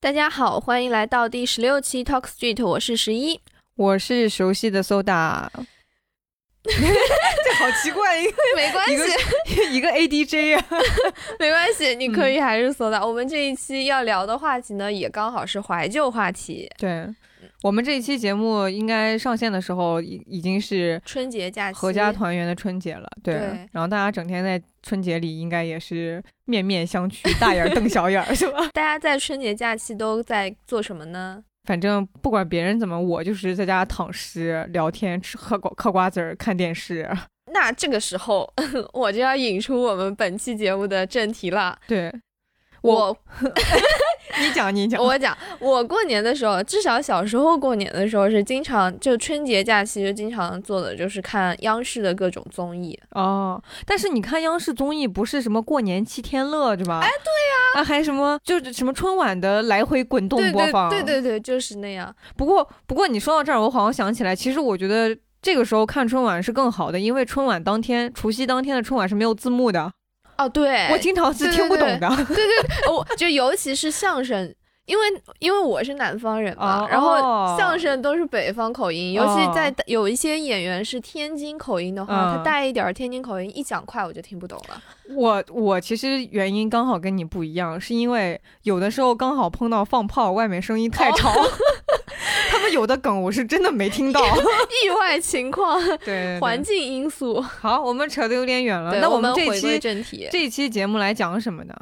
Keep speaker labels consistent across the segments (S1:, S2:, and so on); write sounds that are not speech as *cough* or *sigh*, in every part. S1: 大家好，欢迎来到第十六期 Talk Street，我是十一。
S2: 我是熟悉的 Soda，这好奇怪， *laughs* 一个
S1: *laughs* 没关系
S2: 一，个一个 ADJ 啊，
S1: *laughs* 没关系，你可以还是搜到。我们这一期要聊的话题呢，也刚好是怀旧话题，
S2: 对。我们这一期节目应该上线的时候，已已经是
S1: 春节假期
S2: 合家团圆的春节了，对。
S1: 对
S2: 然后大家整天在春节里，应该也是面面相觑，大眼儿瞪小眼儿，是 *laughs* 吧？
S1: 大家在春节假期都在做什么呢？
S2: 反正不管别人怎么，我就是在家躺尸、聊天、吃喝瓜嗑瓜子儿、看电视。
S1: 那这个时候， *laughs* 我就要引出我们本期节目的正题了。
S2: 对，我
S1: 我
S2: 你讲，你讲，
S1: 我讲，我过年的时候，至少小时候过年的时候是经常就春节假期就经常做的就是看央视的各种综艺。
S2: 哦，但是你看央视综艺不是什么过年七天乐对吧？哎，对呀、啊，还什么就是什么春晚的来回滚动
S1: 对
S2: 播
S1: 对
S2: 放。
S1: 对对对，就是那样。
S2: 不过不过你说到这儿，我好像想起来，其实我觉得这个时候看春晚是更好的，因为春晚当天除夕当天的春晚是没有字幕的，
S1: 哦，对，
S2: 我经常是听不懂的。 *laughs*
S1: 对对对，我就尤其是相声，因为因为我是南方人嘛，
S2: 哦
S1: 然后相声都是北方口音，尤
S2: 哦
S1: 其在有一些演员是天津口音的话，
S2: 嗯
S1: 他带一点儿天津口音，一讲快我就听不懂了。
S2: 我我其实原因刚好跟你不一样，是因为有的时候刚好碰到放炮，外面声音 *laughs* 太
S1: 哦
S2: 吵，他们有的梗我是真的没
S1: *laughs*
S2: 听到。
S1: 意外情况、
S2: 对对对
S1: 环境因素。
S2: 好，我们扯得有点远了，
S1: 对，
S2: 那
S1: 我
S2: 们这
S1: 回归
S2: 期。
S1: 正题，
S2: 这一期节目来讲什么呢？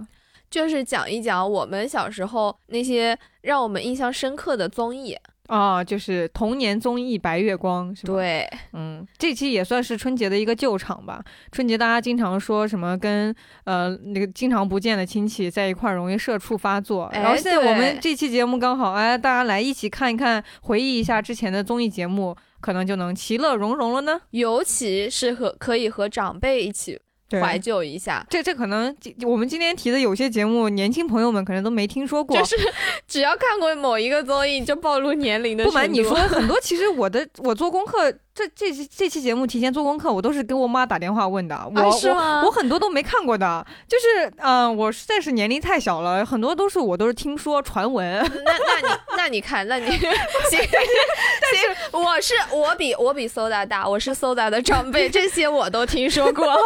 S1: 就是讲一讲我们小时候那些让我们印象深刻的综艺。
S2: 啊，就是童年综艺《白月光》，是吧？，
S1: 对，
S2: 嗯，这期也算是春节的一个救场吧。春节大家经常说什么跟呃那个经常不见的亲戚在一块儿容易社畜发作，
S1: 哎
S2: 然后现在我
S1: 对
S2: 们这期节目刚好，哎，大家来一起看一看，回忆一下之前的综艺节目，可能就能其乐融融了呢。
S1: 尤其是和可以和长辈一起怀旧一下。
S2: 这这可能我们今天提的有些节目，年轻朋友们可能都没听说过。啊
S1: 就是只要看过某一个综艺，就暴露年龄的。
S2: 不瞒你
S1: *laughs*
S2: 说，，很多其实我的我做功课，这这期这期节目提前做功课，我都是给我妈打电话问的。我、
S1: 啊是吗
S2: 我我很多都没看过的，就是嗯、呃我实在是年龄太小了，很多都是我都是听说传闻。 *laughs*
S1: 那那你那你看，那你行行，我是我比我比 Soda 大，我是 Soda 的长辈，这些我都听说
S2: *laughs*
S1: 过。哦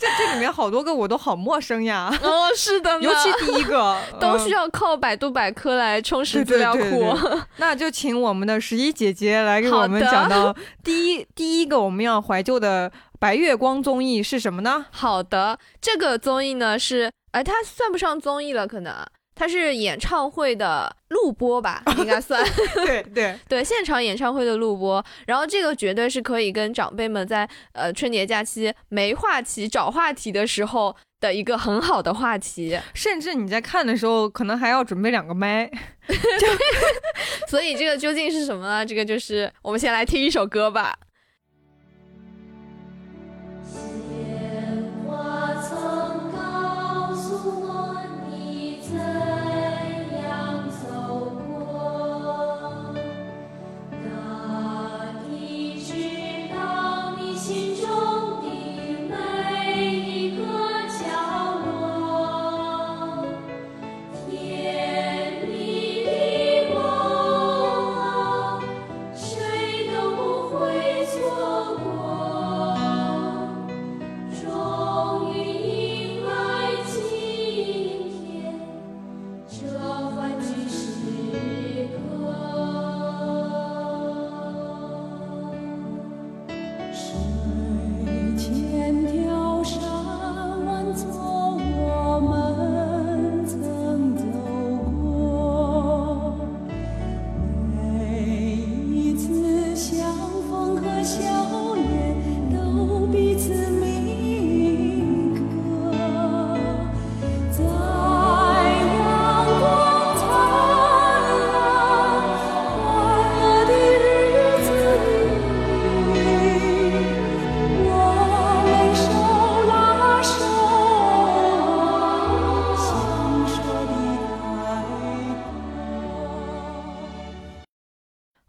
S2: 这这里面好多个我都好陌生呀，
S1: 哦，是的呢，
S2: 尤其第一个
S1: 都
S2: 嗯
S1: 需要靠百度百科来充实资
S2: 对对
S1: 料库。
S2: 对
S1: *laughs*
S2: 对那就请我们的十一姐姐来给
S1: 好
S2: 我们
S1: 的
S2: 讲
S1: *laughs*
S2: 到第一第一个我们要怀旧的白月光综艺是什么呢？ *laughs*
S1: 好的，这个综艺呢是，哎，它算不上综艺了，可能啊它是演唱会的录播吧，应该算。
S2: 对
S1: *laughs*
S2: 对，
S1: 对，现场演唱会的录播，然后这个绝对是可以跟长辈们在呃春节假期没话题、找话题的时候的一个很好的话题。
S2: 甚至你在看的时候，可能还要准备两个麦。
S1: 所以这个究竟是什么呢？这个就是我们先来听一首歌吧。
S3: 鲜花曾告诉我，你怎样走过。那你知道你心中的每一个角落。甜蜜的梦啊，谁都不会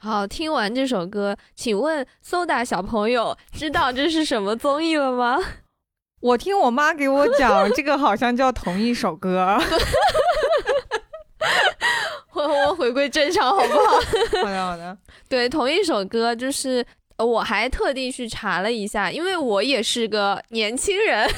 S1: 好，听完这首歌，请问 Soda 小朋友知道这是什么综艺了吗？ *laughs*
S2: 我听我妈给我讲，这个好像叫同一首歌。 *laughs*
S1: 我我回归正常好不好？
S2: 好的，好的。
S1: 对，同一首歌就是。呃我还特地去查了一下，因为我也是个年轻人，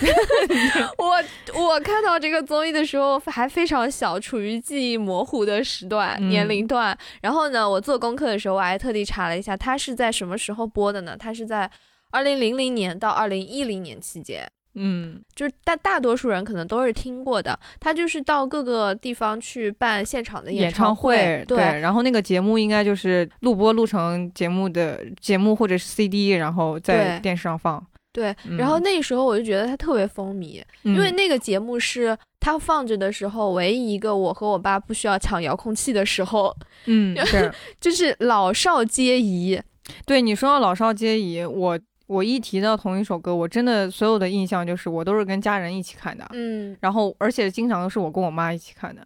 S1: *laughs* 我我看到这个综艺的时候还非常小，处于记忆模糊的时段、
S2: 嗯
S1: 年龄段。然后呢，我做功课的时候我还特地查了一下，它是在什么时候播的呢？它是在二零零零年到二零一零年期间。
S2: 嗯
S1: 就是大大多数人可能都是听过的，他就是到各个地方去办现场的
S2: 演
S1: 唱
S2: 唱
S1: 会，
S2: 对，
S1: 对
S2: 然后那个节目应该就是录播录成节目的节目或者是 CD，然后在
S1: 对
S2: 电视上放。
S1: 对
S2: 嗯
S1: 然后那时候我就觉得他特别风靡，
S2: 因
S1: 因为那个节目是他放着的时候，唯一一个我和我爸不需要抢遥控器的时候， *laughs*
S2: 嗯，是
S1: 就是老少皆宜。
S2: 对你说到老少皆宜，我我一提到同一首歌，我真的所有的印象就是我都是跟家人一起看的，
S1: 嗯，
S2: 然后而且经常都是我跟我妈一起看的。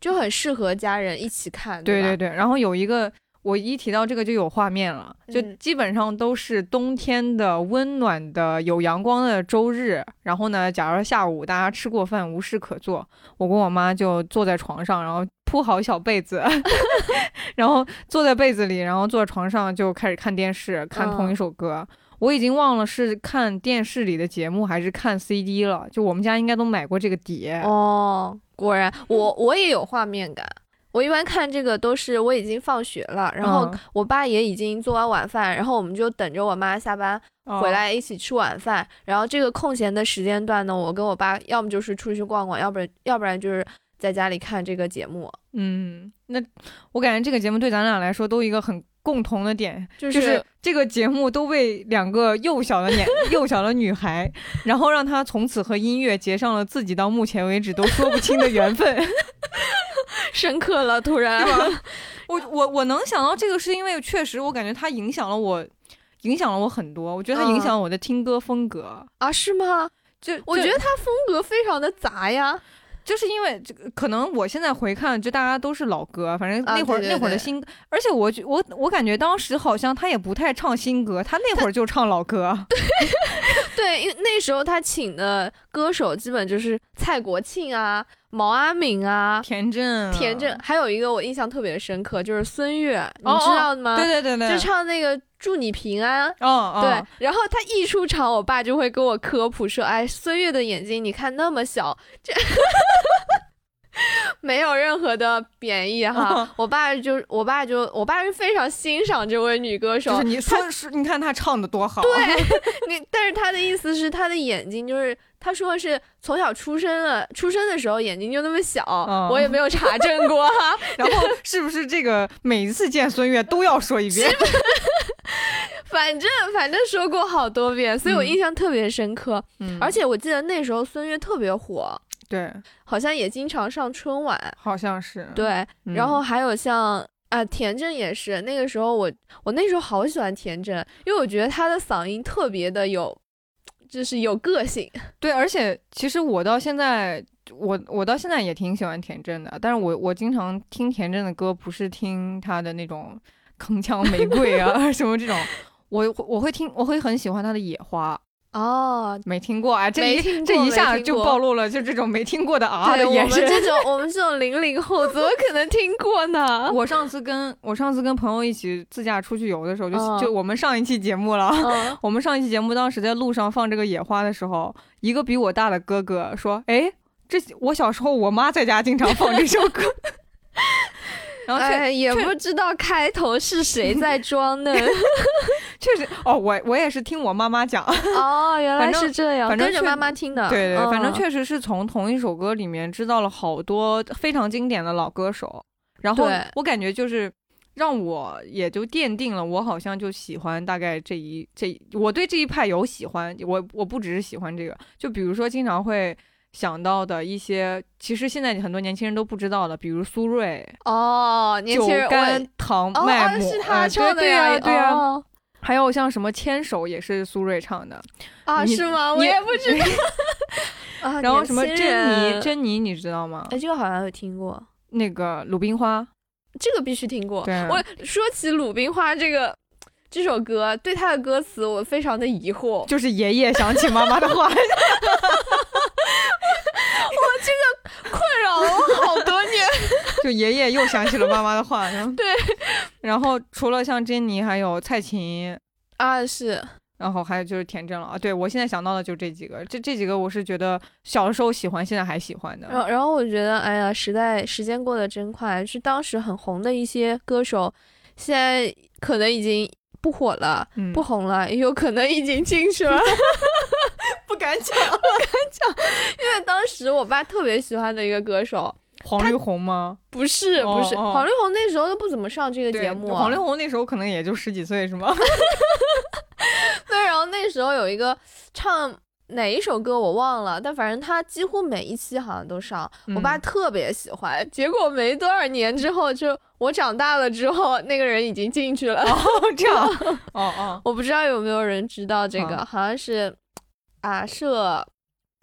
S1: 就很适合家人一起看，
S2: 对对
S1: 对吧
S2: 对，然后有一个。我一提到这个就有画面了，就
S1: 嗯
S2: 基本上都是冬天的温暖的、有阳光的周日。然后呢，假如下午大家吃过饭无事可做，我跟我妈就坐在床上，然后铺好小被子， *laughs* 然后坐在被子里，然后坐在床上就开始看电视，看同一
S1: 嗯
S2: 首歌。我已经忘了是看电视里的节目还是看 CD 了，就我们家应该都买过这个碟。
S1: 哦，果然我我也有画面感。我一般看这个都是我已经放学了，然后
S2: 嗯
S1: 我爸也已经做完晚饭，然后我们就等着我妈下班
S2: 哦
S1: 回来一起吃晚饭。然后这个空闲的时间段呢，我跟我爸要么就是出去逛逛，要不然要不然就是在家里看这个节目，
S2: 嗯，那我感觉这个节目对咱俩来说都有一个很共同的点，
S1: 就、
S2: 就是这个节目都为两个幼小的年幼小的女孩， *laughs* 然后让她从此和音乐结上了自己到目前为止都说不清的缘分。 *laughs*
S1: 深刻了。突然，
S2: 我我我能想到这个，是因为确实我感觉它影响了我，影响了我很多。我觉得它影响了我的听歌风格。
S1: 啊，是吗？ *laughs*
S2: 就
S1: 我
S2: 就
S1: 觉得他风格非常的杂呀。
S2: 就是因为这个，可能我现在回看，就大家都是老歌，反正
S1: 啊
S2: 那会儿、
S1: 对对
S2: 那会儿的
S1: 对
S2: 新，而且我觉我我感觉当时好像他也不太唱新歌，他那会儿就唱老歌。
S1: 对，因为那时候他请的歌手基本就是蔡国庆啊、毛阿敏啊、
S2: 田震，
S1: 田震，，还有一个我印象特别深刻，就是孙悦，你
S2: 哦
S1: 知道吗？
S2: 对对对对，
S1: 啊就唱那个祝你平安。
S2: 哦哦，
S1: 对，然后他一出场，我爸就会跟我科普说：“哎，孙悦的眼睛你看那么小，这 *laughs* 没有任何的贬义哈。
S2: 嗯
S1: 我爸就我爸就我爸是非常欣赏这位女歌手 *laughs*
S2: 就是，你说是，你看他唱的多好，对，
S1: 你但是他的意思是他的眼睛就是他说的是从小出生了，出生的时候眼睛就那么小，
S2: 嗯
S1: 我也没有查证过
S2: *laughs*
S1: 哈。
S2: 然后是不是这个每一次见孙悦都要说一遍？
S1: 反正反正说过好多遍，所以我
S2: 嗯
S1: 印象特别深刻。
S2: 嗯
S1: 而且我记得那时候孙悦特别火，
S2: 对，
S1: 好像也经常上春晚。
S2: 好像是，
S1: 对，
S2: 嗯
S1: 然后还有像。啊，田震也是。那个时候我，我那时候好喜欢田震，因为我觉得他的嗓音特别的有，就是有个性。
S2: 对，而且其实我到现在，我我到现在也挺喜欢田震的，但是我我经常听田震的歌，不是听他的那种铿锵玫瑰啊 *laughs* 什么这种，我我会听，我会很喜欢他的《野花》，
S1: 哦，
S2: 没听过啊，这
S1: 没
S2: 一
S1: 听
S2: 这
S1: 过
S2: 一
S1: 没
S2: 下
S1: 听
S2: 就
S1: 过
S2: 暴露了，就这种没听过的啊
S1: 对
S2: 的
S1: 我
S2: 眼
S1: 们
S2: 神。
S1: 这 *laughs* 种我们这种零零后怎么可能听过呢？
S2: 我上次跟我上次跟朋友一起自驾出去游的时候，就、
S1: 嗯
S2: 就我们上一期节目了，
S1: *laughs* 嗯，
S2: 我们上一期节目当时在路上放这个野花的时候，一个比我大的哥哥说：“哎，这我小时候我妈在家经常放这首歌。” *laughs* 然后确、
S1: 哎，也不知道开头是谁在 *laughs* 装呢。
S2: 确实哦，我我也是听我妈妈讲，
S1: 哦，原
S2: 反
S1: 来
S2: 正
S1: 是这样，
S2: 反正
S1: 跟着
S2: 确
S1: 妈妈听的。
S2: 对对，
S1: 嗯
S2: 反正确实是从同一首歌里面知道了好多非常经典的老歌手，然后
S1: 对
S2: 我感觉就是。让我也就奠定了，我好像就喜欢大概这一这一，我对这一派有喜欢，我我不只是喜欢这个，就比如说经常会想到的一些，其实现在很多年轻人都不知道的，比如苏芮、
S1: 哦，年
S2: 酒
S1: 轻人
S2: 干
S1: 问。
S2: 糖
S1: 哦
S2: 麦
S1: 哦，
S2: 姆，
S1: 是
S2: 呃
S1: 他唱的
S2: 对呀、
S1: 呀，
S2: 对呀、
S1: 哦
S2: 还有像什么牵手也是苏芮唱的，
S1: 啊，
S2: 你
S1: 是吗？我
S2: 你
S1: 也不知道。 *laughs* 啊
S2: *laughs* 然后什么
S1: 年轻
S2: 珍
S1: 人哎
S2: 妮，珍妮你知道吗？
S1: 哎，这个好像有听过。
S2: 那个鲁冰花，
S1: 这个必须听过。
S2: 对啊
S1: 我说起鲁冰花这个这首歌，对它的歌词我非常的疑惑。
S2: 就是爷爷想起妈妈的话，
S1: 困扰了我
S2: *laughs*
S1: 好 *laughs* 多年。
S2: 就爷爷又想起了妈妈的话。然后
S1: 对，
S2: 然后除了像珍妮，还有蔡琴，
S1: 啊，是
S2: 然后还有就是田震了啊。对我现在想到的就这几个，这这几个我是觉得小的时候喜欢，现在还喜欢的。
S1: 然后，然后我觉得，哎呀，时代时间过得真快，是当时很红的一些歌手，现在可能已经不火了，
S2: 嗯
S1: 不红了，也有可能已经进
S2: *laughs*
S1: 去了。 *laughs*
S2: 不敢讲。
S1: 因为当时我爸特别喜欢的一个歌手，
S2: 黄绿红吗？
S1: 不是
S2: 哦
S1: 不是，
S2: 哦
S1: 黄力宏那时候都不怎么上这个
S2: 对
S1: 节目。啊
S2: 黄绿红那时候可能也就十几岁，是吗？
S1: 对，然后 *laughs* 那时候有一个唱哪一首歌我忘了，但反正他几乎每一期好像都上， *laughs* 我爸
S2: 嗯
S1: 特别喜欢。结果没多少年之后，就我长大了之后，那个人已经进去了。
S2: 哦，这样，哦哦，
S1: *laughs* 我不知道有没有人知道这个，
S2: 啊
S1: 好像是啊社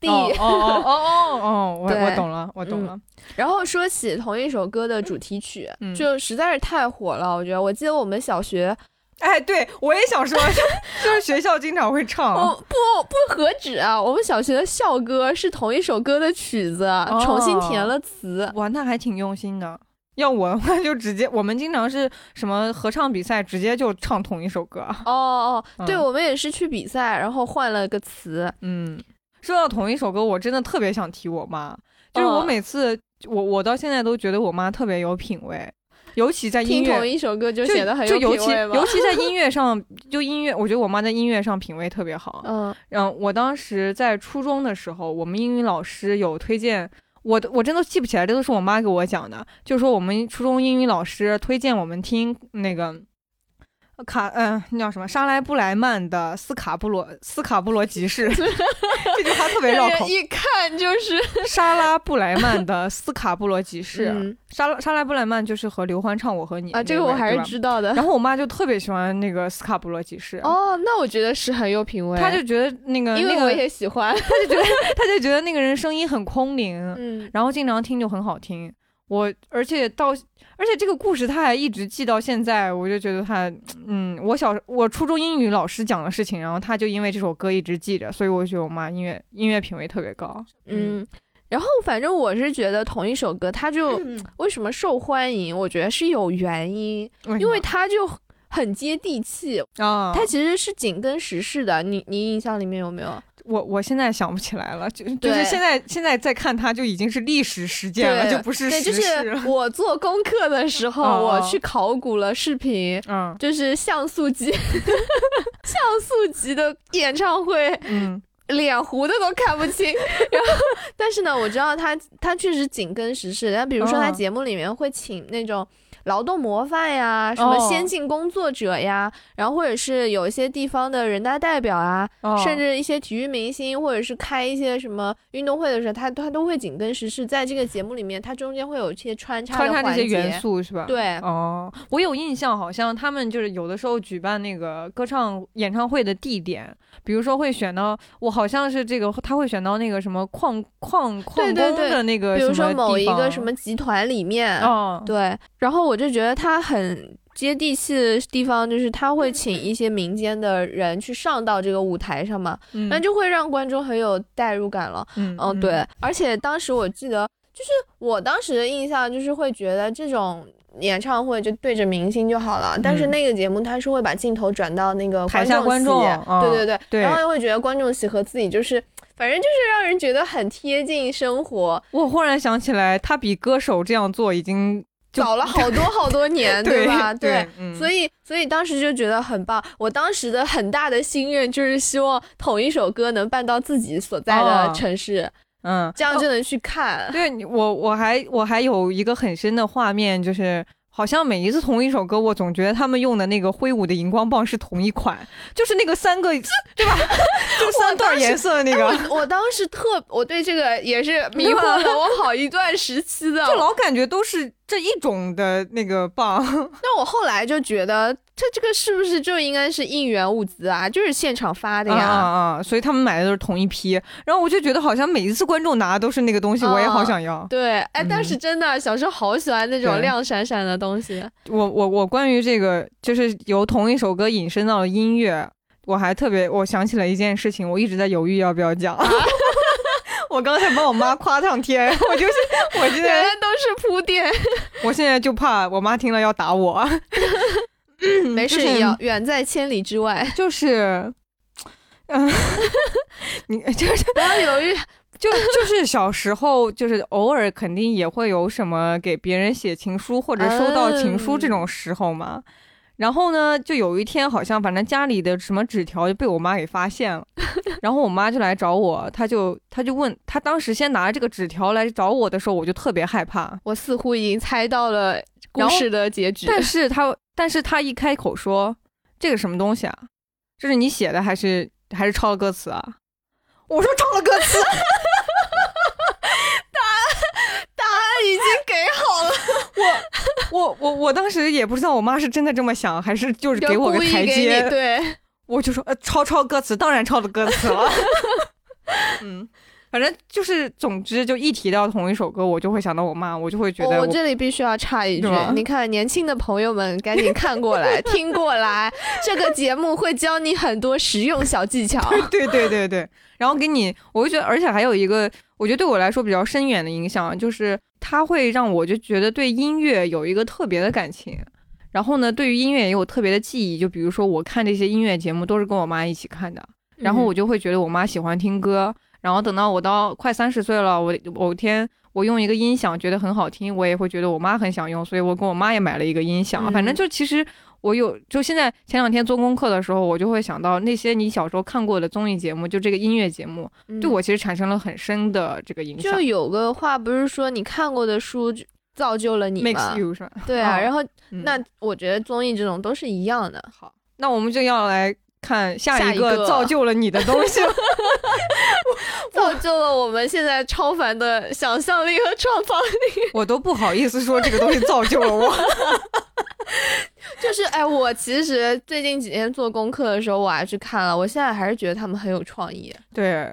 S1: 地。
S2: 哦哦哦哦哦哦，我
S1: 对嗯
S2: 我懂了，我懂了，
S1: *laughs* 然后说起同一首歌的主题曲，
S2: 嗯
S1: 就实在是太火了。我觉得，我记得我们小学，
S2: 哎，对我也想说， *laughs* 就是学校经常会唱，
S1: 哦不不何止啊，我们小学的校歌是同一首歌的曲子，
S2: 哦
S1: 重新填了词。
S2: 哇，那还挺用心的。要我的话，就直接我们经常是什么合唱比赛，直接就唱同一首歌。
S1: 哦哦，
S2: 嗯
S1: 对，我们也是去比赛，然后换了个词。
S2: 嗯， *laughs* 说到同一首歌，我真的特别想提我妈，就是我
S1: 哦
S2: 每次、我我到现在都觉得我妈特别有品味，尤其在音
S1: 听
S2: 乐
S1: 同一首歌就
S2: 就
S1: 显得很
S2: 就尤
S1: 品
S2: 其
S1: 味嘛
S2: 尤。其在音
S1: *laughs*
S2: 乐上，就音乐，我觉得我妈在音乐上品味特别好。
S1: 嗯，
S2: 然后我当时在初中的时候，我们英语老师有推荐。我我真的记不起来，这都是我妈给我讲的。就是说，我们初中英语老师推荐我们听那个卡，嗯、那叫什么？莎莱布莱曼的《斯卡布罗斯卡布罗
S1: *laughs*
S2: 集市》，这句话特别绕
S1: 这
S2: 口
S1: 人。一看
S2: *laughs*
S1: 就是
S2: 莎拉布莱曼的《斯卡布罗集市》
S1: 嗯
S2: 莎拉莎莱布莱曼就是和刘欢唱《我啊和你》
S1: 啊，这
S2: 那
S1: 个
S2: 位
S1: 我还是
S2: 对吧
S1: 知道的。
S2: 然后我妈就特别喜欢那个斯卡布罗集市，
S1: 哦，那我觉得是很有品味，
S2: 她就觉得那个
S1: 因为
S2: 那
S1: 我
S2: 个，
S1: 也喜欢。
S2: 她就觉得她就觉得那个人声音很空灵，
S1: 嗯，
S2: 然后经常听就很好听。我而且到而且这个故事她还一直记到现在，我就觉得她嗯，我小我初中英语老师讲的事情，然后她就因为这首歌一直记着，所以我觉得我妈音乐音乐品味特别高。
S1: 嗯，然后反正我是觉得同一首歌，它就为什么受欢迎，我觉得是有原因，
S2: 嗯，
S1: 因为
S2: 什
S1: 它就很接地气，
S2: 么啊，
S1: 它其实是紧跟时事的。你你印象里面有没有？
S2: 我我现在想不起来了，就就是
S1: 对
S2: 现在现在再看它就已经是历史实践了，
S1: 对
S2: 就不是
S1: 对，
S2: 时
S1: 就
S2: 事了。
S1: 是我做功课的时
S2: *laughs*
S1: 候，
S2: 哦
S1: 我去考古了视频。
S2: 嗯
S1: 就是像素级， *laughs* 像素级的演唱会，
S2: 嗯，
S1: 脸糊的都看不清。 *laughs* 然后，但是呢，我知道他他确实紧跟时事。但比如说，他
S2: 嗯
S1: 节目里面会请那种劳动模范呀，什么
S2: 哦
S1: 先进工作者呀，然后或者是有一些地方的人大代表啊，
S2: 哦
S1: 甚至一些体育明星，或者是开一些什么运动会的时候，他他都会紧跟时事。在这个节目里面，它中间会有一些穿插
S2: 穿
S1: 的
S2: 插这
S1: 环
S2: 些
S1: 节。
S2: 元素是吧？。
S1: 对，
S2: 哦，我有印象，好像他们就是有的时候举办那个歌唱演唱会的地点，比如说会选到，我好像是这个，他会选到那个什么矿矿矿
S1: 对对
S2: 工
S1: 对
S2: 的那个
S1: 比
S2: 什么
S1: 如说某
S2: 地
S1: 一个
S2: 方
S1: 什么集团里面，
S2: 哦，
S1: 对，然后我就觉得他很接地气的地方，就是他会请一些民间的人去上到这个舞台上嘛，
S2: 嗯
S1: 那就会让观众很有代入感了。
S2: 嗯
S1: 嗯，对，，而且当时我记得，就是我当时的印象就是会觉得这种。演唱会就对着明星就好了，但是
S2: 嗯
S1: 那个节目他是会把镜头转到那个
S2: 台下观众
S1: 席
S2: 啊
S1: 对对对，
S2: 对
S1: 然后又会觉得观众席和自己就是，反正就是让人觉得很贴近生活，
S2: 我忽然想起来，他比歌手这样做已经就
S1: 早了好多好多
S2: *laughs*
S1: 年，
S2: 对
S1: 吧？对，
S2: 嗯
S1: 所以，所以当时就觉得很棒。我当时的很大的心愿就是希望同一首歌能办到自己所在的
S2: 哦
S1: 城市，
S2: 嗯，
S1: 这样就能去看。
S2: *laughs* 对你我我还我还有一个很深的画面，就是好像每一次同一首歌，我总觉得他们用的那个挥舞的荧光棒是同一款，就是那个三个对吧？就三段颜色的那个，
S1: *laughs* 我我当时特，我对这个也是迷惑
S2: 对
S1: 了我好一段时期的。
S2: 就老感觉都是这一种的那个棒，
S1: 那我后来就觉得，它这个是不是就应该是应援物资啊？就是现场发的
S2: 啊啊
S1: 呀。
S2: 啊！所以他们买的都是同一批，然后我就觉得好像每一次观众拿的都是那个
S1: 啊
S2: 东西，我也好想要。
S1: 对，哎，但是真的，小时候好喜欢那种
S2: 对
S1: 亮闪闪的东西。
S2: 我我我关于这个就是由同一首歌引申到了音乐，我还特别我想起了一件事情，我一直在犹豫要不要讲。 *laughs* 我刚才帮我妈夸上天，我就是我现
S1: 原来
S2: 在
S1: 都是铺垫，
S2: 我现在就怕我妈听了要打我。 *laughs*
S1: 没事，
S2: 就是
S1: 也要远在千里之外，
S2: 就是，嗯、 *laughs* 你 *laughs* 就是
S1: 不要犹豫。
S2: 就就是小时候，就是偶尔肯定也会有什么给别人写情书或者收到情书这种时候嘛。然后呢，就有一天好像反正家里的什么纸条就被我妈给发现了，然后我妈就来找我，她就她就问，她当时先拿这个纸条来找我的时候，我就特别害怕，
S1: 我似乎已经猜到了故
S2: 然后
S1: 事的结局，
S2: 但是她但是她一开口说这个什么东西啊，这是你写的还是还是抄了歌词啊？ *laughs* 我说抄了歌词，
S1: 答案已经给好了，
S2: 我我我当时也不知道我妈是真的这么想，还是就是给我
S1: 就
S2: 个
S1: 故意 *laughs*
S2: 台
S1: 给你
S2: 阶。
S1: 对，
S2: 我就说，呃，抄抄歌词，当然抄的歌词
S1: *laughs*
S2: 了。嗯，反正就是，总之就一提到同一首歌，我就会想到我妈，我就会觉
S1: 哦我
S2: 得
S1: 我这里必须要插一句
S2: 是吗，
S1: 你看年轻的朋友们，赶紧看过
S2: *laughs*
S1: 来、听过来，这个节目会教你很多实用小技巧。
S2: 对对对对，然后给你，我就觉得，而且还有一个，我觉得对我来说比较深远的影响，就是它会让我就觉得对音乐有一个特别的感情，然后呢，对于音乐也有特别的记忆。就比如说，我看这些音乐节目都是跟我妈一起看的，然后我
S1: 嗯
S2: 就会觉得我妈喜欢听歌，然后等到我到快三十岁了，我某天我用一个音响觉得很好听，我也会觉得我妈很想用，所以我跟我妈也买了一个音响。啊反正
S1: 嗯
S2: 就其实我有，就现在前两天做功课的时候，我就会想到那些你小时候看过的综艺节目，就这个音乐节目，
S1: 嗯
S2: 对我其实产生了很深的这个影响
S1: 就。有个话不是说你看过的书就造就了你
S2: makes
S1: 吗？
S2: you 是吧？
S1: 对啊，
S2: 哦
S1: 然后
S2: 嗯
S1: 那我觉得综艺这种都是一样
S2: *laughs*
S1: 的。
S2: 好，那我们就要来看
S1: 下
S2: 下
S1: 一
S2: 一个
S1: 个
S2: 造就了你的东西了。 *laughs*
S1: 造就了我们现在超凡的想象力和创造力。 *laughs*
S2: 我都不好意思说这个东西造就了我。
S1: 就是哎，我其实最近几天做功课的时候，我还去看了，我现在还是觉得他们很有创意。
S2: 对，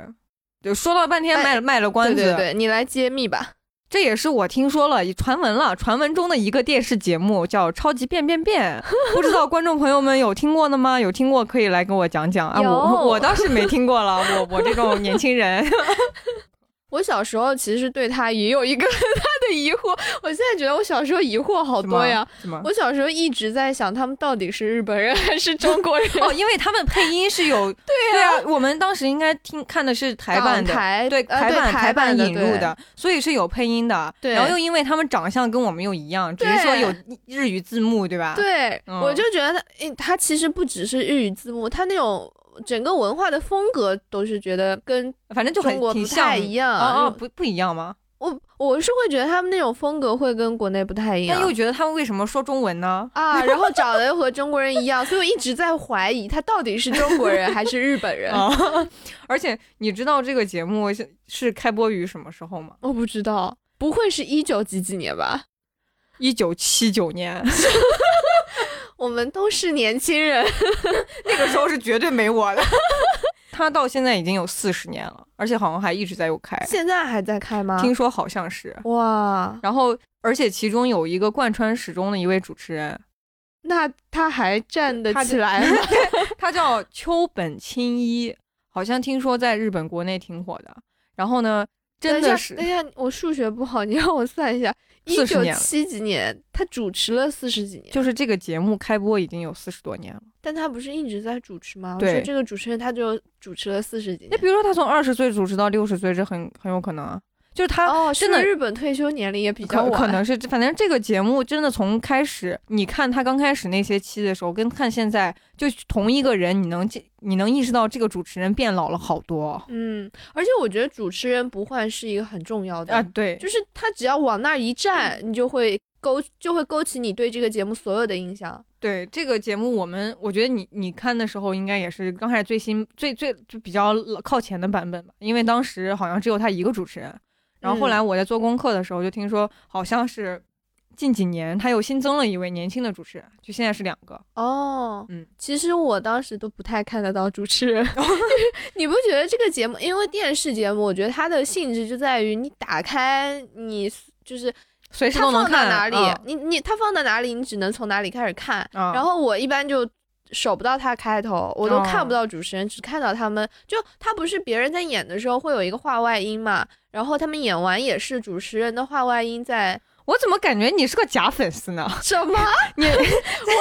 S2: 就说了半天卖了卖了关
S1: 哎对
S2: 子，
S1: 对对，你来揭秘吧。
S2: 这也是我听说了传闻了，传闻中的一个电视节目叫《超级变
S1: *laughs*
S2: 变变》，不知道观众朋友们有听过的吗？有听过可以来跟我讲讲啊，
S1: 有
S2: 我我倒是没听过了，我我这种年轻人，
S1: 我小时候其实对他也有一个 *laughs* 他的疑惑，我现在觉得我小时候疑惑好
S2: 怎么
S1: 多呀。，
S2: 怎么？
S1: 我小时候一直在想，他们到底是日本人还是中国人？
S2: 哦，因为他们配音是有对呀、我们当时应该听看的是 *laughs* 台版
S1: 港
S2: 的。
S1: 台
S2: 对
S1: 呃
S2: 台版、
S1: 台
S2: 版
S1: 的
S2: 引入，的，所以是有配音的。
S1: 对
S2: 然后又因为他们长相跟我们又一样，只是说
S1: 对
S2: 有日语字幕，对吧？
S1: 对，对
S2: 嗯
S1: 我就觉得他诶他其实不只是日语字幕，他那种整个文化的风格都是觉得跟
S2: 反正就很
S1: 中国
S2: 挺
S1: 不
S2: 像
S1: 太一样。
S2: 哦哦，不不一样吗？
S1: 我我是会觉得他们那种风格会跟国内不太一样
S2: 但又觉得他们为什么说中文呢？
S1: 啊，然后长得又和中国人一样，所以我一直在怀疑他到底是中国人还是日本人。
S2: *laughs* 啊！而且你知道这个节目是是开播于什么时候吗？
S1: 我不知道，不会是一九几几年吧？
S2: 一九七九年，
S1: 我们都是年轻人，
S2: *laughs*
S1: *laughs*
S2: 那个时候是绝对没 *laughs* 我的。它到现在已经有四十年了，而且好像还一直在有开，
S1: 现在还在开吗？
S2: 听说好像是。
S1: 哇，
S2: 然后，而且其中有一个贯穿始终的一位主持人，
S1: 那他还站得起来吗？
S2: 他叫秋本清一，好像听说在日本国内挺火的。然后呢， *laughs* 真
S1: 等一
S2: 的
S1: 下
S2: 是
S1: 等一下，我数学不好，你让我算一下，一
S2: 40
S1: 九
S2: 年了
S1: 七几年，他主持了四十几年，
S2: 就是这个节目开播已经有四十多年了。
S1: 但他不是一直在主持吗？我
S2: 对
S1: 说这个主持人他就主持了四十几
S2: 那
S1: 年
S2: 比。如说他从二十岁主持到六十岁，这很很有可能啊。就是他
S1: 哦，是
S2: 真
S1: 不
S2: 的
S1: 是日本退休年龄也比较
S2: 可
S1: 晚，
S2: 可能是，反正这个节目真的从开始，你看他刚开始那些期的时候，跟看现在，就同一个人，你能见你能意识到这个主持人变老了好多
S1: 嗯，而且我觉得主持人不换是一个很重要的
S2: 啊。对，
S1: 就是他只要往那儿一站，你就会勾就会勾起你对这个节目所有的印象。
S2: 对这个节目，我们我觉得你你看的时候，应该也是刚开始最新最最就比较老靠前的版本吧，因为当嗯时好像只有他一个主持人，然后后来我在做功课的时候就听说，好像是近几年他又新增了一位年轻的主持人，就现在是两个。
S1: 哦，
S2: 嗯，哦
S1: 其实我当时都不太看得到主持人，
S2: *laughs*
S1: 你不觉得这个节目，因为电视节目，我觉得它的性质就在于你打开你就是
S2: 随时
S1: 它
S2: 都能
S1: 放在
S2: 看
S1: 哪里，
S2: 嗯
S1: 你你它放在哪里，你只能从哪里开始看。
S2: 嗯
S1: 然后我一般就守不到它开头，我都
S2: 哦
S1: 看不到主持人，只看到他们。就他不是别人在演的时候会有一个话外音嘛，然后他们演完也是主持人的话外音
S2: *laughs*
S1: 在
S2: 我怎么感觉你是个假粉丝呢？ *laughs*
S1: 什么？ *laughs*
S2: 你
S1: 不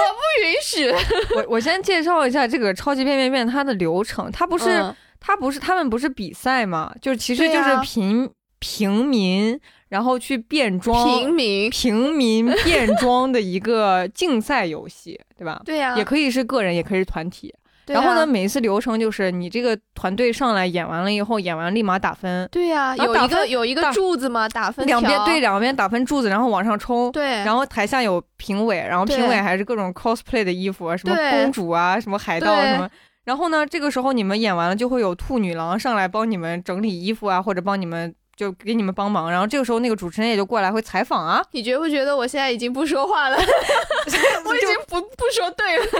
S1: 允许，
S2: 我我先介绍一下这个超级变变变它的流程，它不
S1: 不
S2: 是、它不是他们不是比赛嘛，就是其实
S1: 对
S2: 就是
S1: 啊
S2: 平、平民，然后去变装
S1: 平民。
S2: 平民变装的一个竞赛游戏， *laughs* 对吧？
S1: 对呀、
S2: 也可以是个人，也可以是团体。
S1: 啊对
S2: 然后呢，
S1: 啊？
S2: 每一次流程就是你这个团队上来演完了以后，演完立马打分，
S1: 对呀、
S2: 然后
S1: 有
S2: 打
S1: 一个
S2: 分
S1: 有一个
S2: 打
S1: 柱子嘛，打分
S2: 两边
S1: 条
S2: 对两边打分柱子，然后往上冲。
S1: 对，
S2: 然后台下有评委，然后评
S1: 对
S2: 委还是各种 cosplay 的衣服啊，什么
S1: 对
S2: 公主啊，什么海盗啊
S1: 对
S2: 什么。然后呢，这个时候你们演完了，就会有兔女郎上来帮你们整理衣服啊，或者帮你们就给你们帮忙。然后这个时候那个主持人也就过来会采访啊， *laughs*
S1: 你觉不觉得我现在已经不说话了？我已经不不说对了。 *laughs*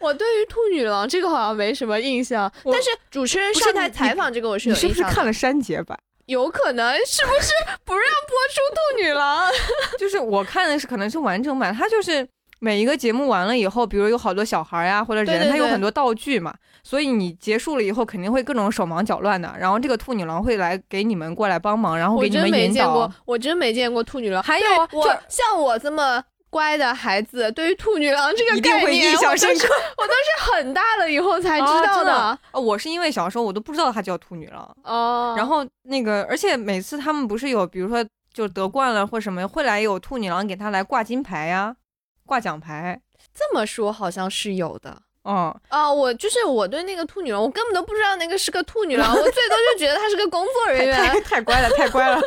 S1: 我 *laughs* 我对于兔女郎这个好像没什么印象，
S2: 我
S1: 但是主持人
S2: 不是
S1: 上台
S2: 你
S1: 采访这个我是
S2: 你
S1: 有
S2: 是
S1: 印
S2: 不是
S1: 象的。
S2: 看了删节版？
S1: 有可能是不是不让播出兔女郎？
S2: *laughs* 就是我看的是可能是完整版，它就是每一个节目完了以后，比如有好多小孩儿呀、或者人，
S1: 对对
S2: 它有
S1: 对
S2: 很多道具嘛，所以你结束了以后肯定会各种手忙脚乱的。然后这个兔女郎会来给你们过来帮忙，然后
S1: 我
S2: 给你
S1: 真
S2: 们
S1: 没
S2: 引
S1: 见
S2: 导
S1: 过。，我真没见过兔女郎。
S2: 还有啊
S1: 对我
S2: 就
S1: 像我这么乖的孩子，对于兔女郎这个
S2: 一定
S1: 概
S2: 会
S1: 念，
S2: 印象
S1: 我都
S2: 深
S1: 是
S2: 刻。
S1: 我都是很大了以后才知
S2: 啊
S1: 道
S2: 真的
S1: 的。
S2: 哦，我是因为小时候我都不知道她叫兔女郎，
S1: 哦，
S2: 然后那个，而且每次他们不是有，比如说就得冠了或什么，会来有兔女郎给她来挂金牌呀、挂奖牌。
S1: 这么说好像是有的。
S2: 嗯，
S1: 啊、我就是我对那个兔女郎，我根本都不知道那个是个兔女郎，我最多就觉得她是个工作人
S2: 太太
S1: 员。
S2: 太乖了，太乖了。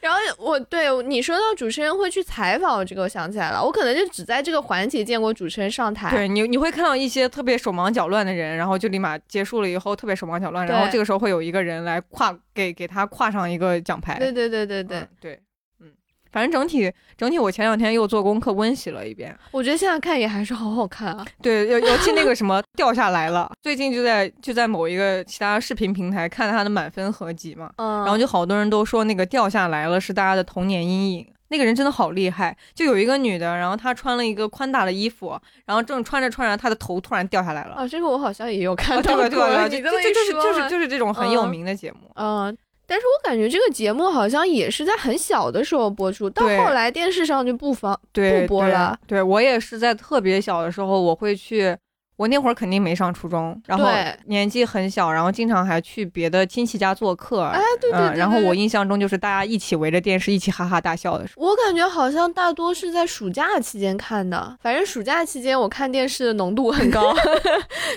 S1: 然后我对你说到主持人会去采访这个，我想起来了，我可能就只在这个环节见过主持人上台。
S2: 对你，你会看到一些特别手忙脚乱的人，然后就立马结束了以后特别手忙脚乱，然后
S1: 对
S2: 这个时候会有一个人来跨给给他跨上一个奖牌。
S1: 对对对对对，
S2: 嗯对，嗯，反正整体整体，我前两天又做功课温习了一遍。
S1: 我觉得现在看也还是好好看啊。
S2: 对，尤尤其那个什
S1: *laughs*
S2: 么掉下来了，最近就在就在某一个其他视频平台看他的满分合集嘛，
S1: 嗯，
S2: *laughs* 然后就好多人都说那个掉下来了是大家的童年阴影。那个人真的好厉害，就有一个女的，然后她穿了一个宽大的衣服，然后正穿着穿着，她的头突然掉下来了。
S1: 啊，这个我好像也有看
S2: *laughs* 哦对
S1: 到过，
S2: 吧？对吧？
S1: 你
S2: 对吧？
S1: 这
S2: 就
S1: 么
S2: 就
S1: 一说
S2: 就是就是
S1: 了
S2: 就是这种很有
S1: 嗯
S2: 名的节目。
S1: 嗯，但是我感觉这个节目好像也是在很小的时候播出，到
S2: 对
S1: 后来电视上就不放
S2: 对，
S1: 不播
S2: 对
S1: 了。
S2: 对我也是在特别小的时候，我会去。我那会儿肯定没上初中，然后
S1: 对
S2: 年纪很小，然后经常还去别的亲戚家做客。
S1: 哎对对
S2: 嗯，
S1: 对
S2: 然后
S1: 对
S2: 我印象中就是大家一起围着电视一起哈哈大笑的时
S1: 我感觉好像大多是在暑假期间看的，反正暑假期间我看电视的浓度很
S2: *laughs*
S1: 高， *laughs*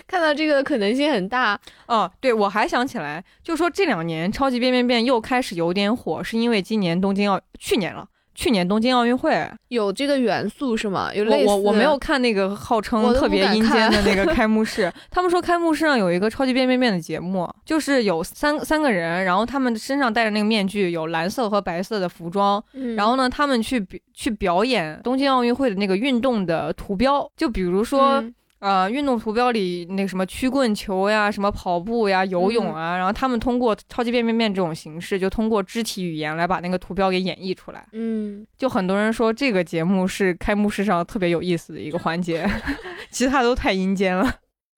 S1: 看到这个的可能性很大。
S2: 候。哦，对，我还想起来，就说这两年《超级变变变》又开始有点火，是因为今年东京奥，去年了，去年东京奥运会，
S1: 有这个元素是吗？有
S2: 我
S1: 类似
S2: 我我没有看那个号称
S1: 我都
S2: 特
S1: 不
S2: 别
S1: 敢
S2: 阴间
S1: 看 *laughs*
S2: 的那个开幕式，他们说开幕式上有一个超级变变变的节目，就是有三三个人，然后他们身上戴着那个面具，有蓝色和白色的服装，
S1: 嗯，
S2: 然后呢，他们去比去表演东京奥运会的那个运动的图标，就比如说、
S1: 嗯
S2: 呃运动图标里那个什么曲棍球呀、什么跑步呀、
S1: 嗯
S2: 游泳啊，然后他们通过超级变变变这种形式，就通过肢体语言来把那个图标给演绎出来。
S1: 嗯，
S2: 就很多人说这个节目是开幕式上特别有意思的一个环节， *laughs* 其他都太阴间了。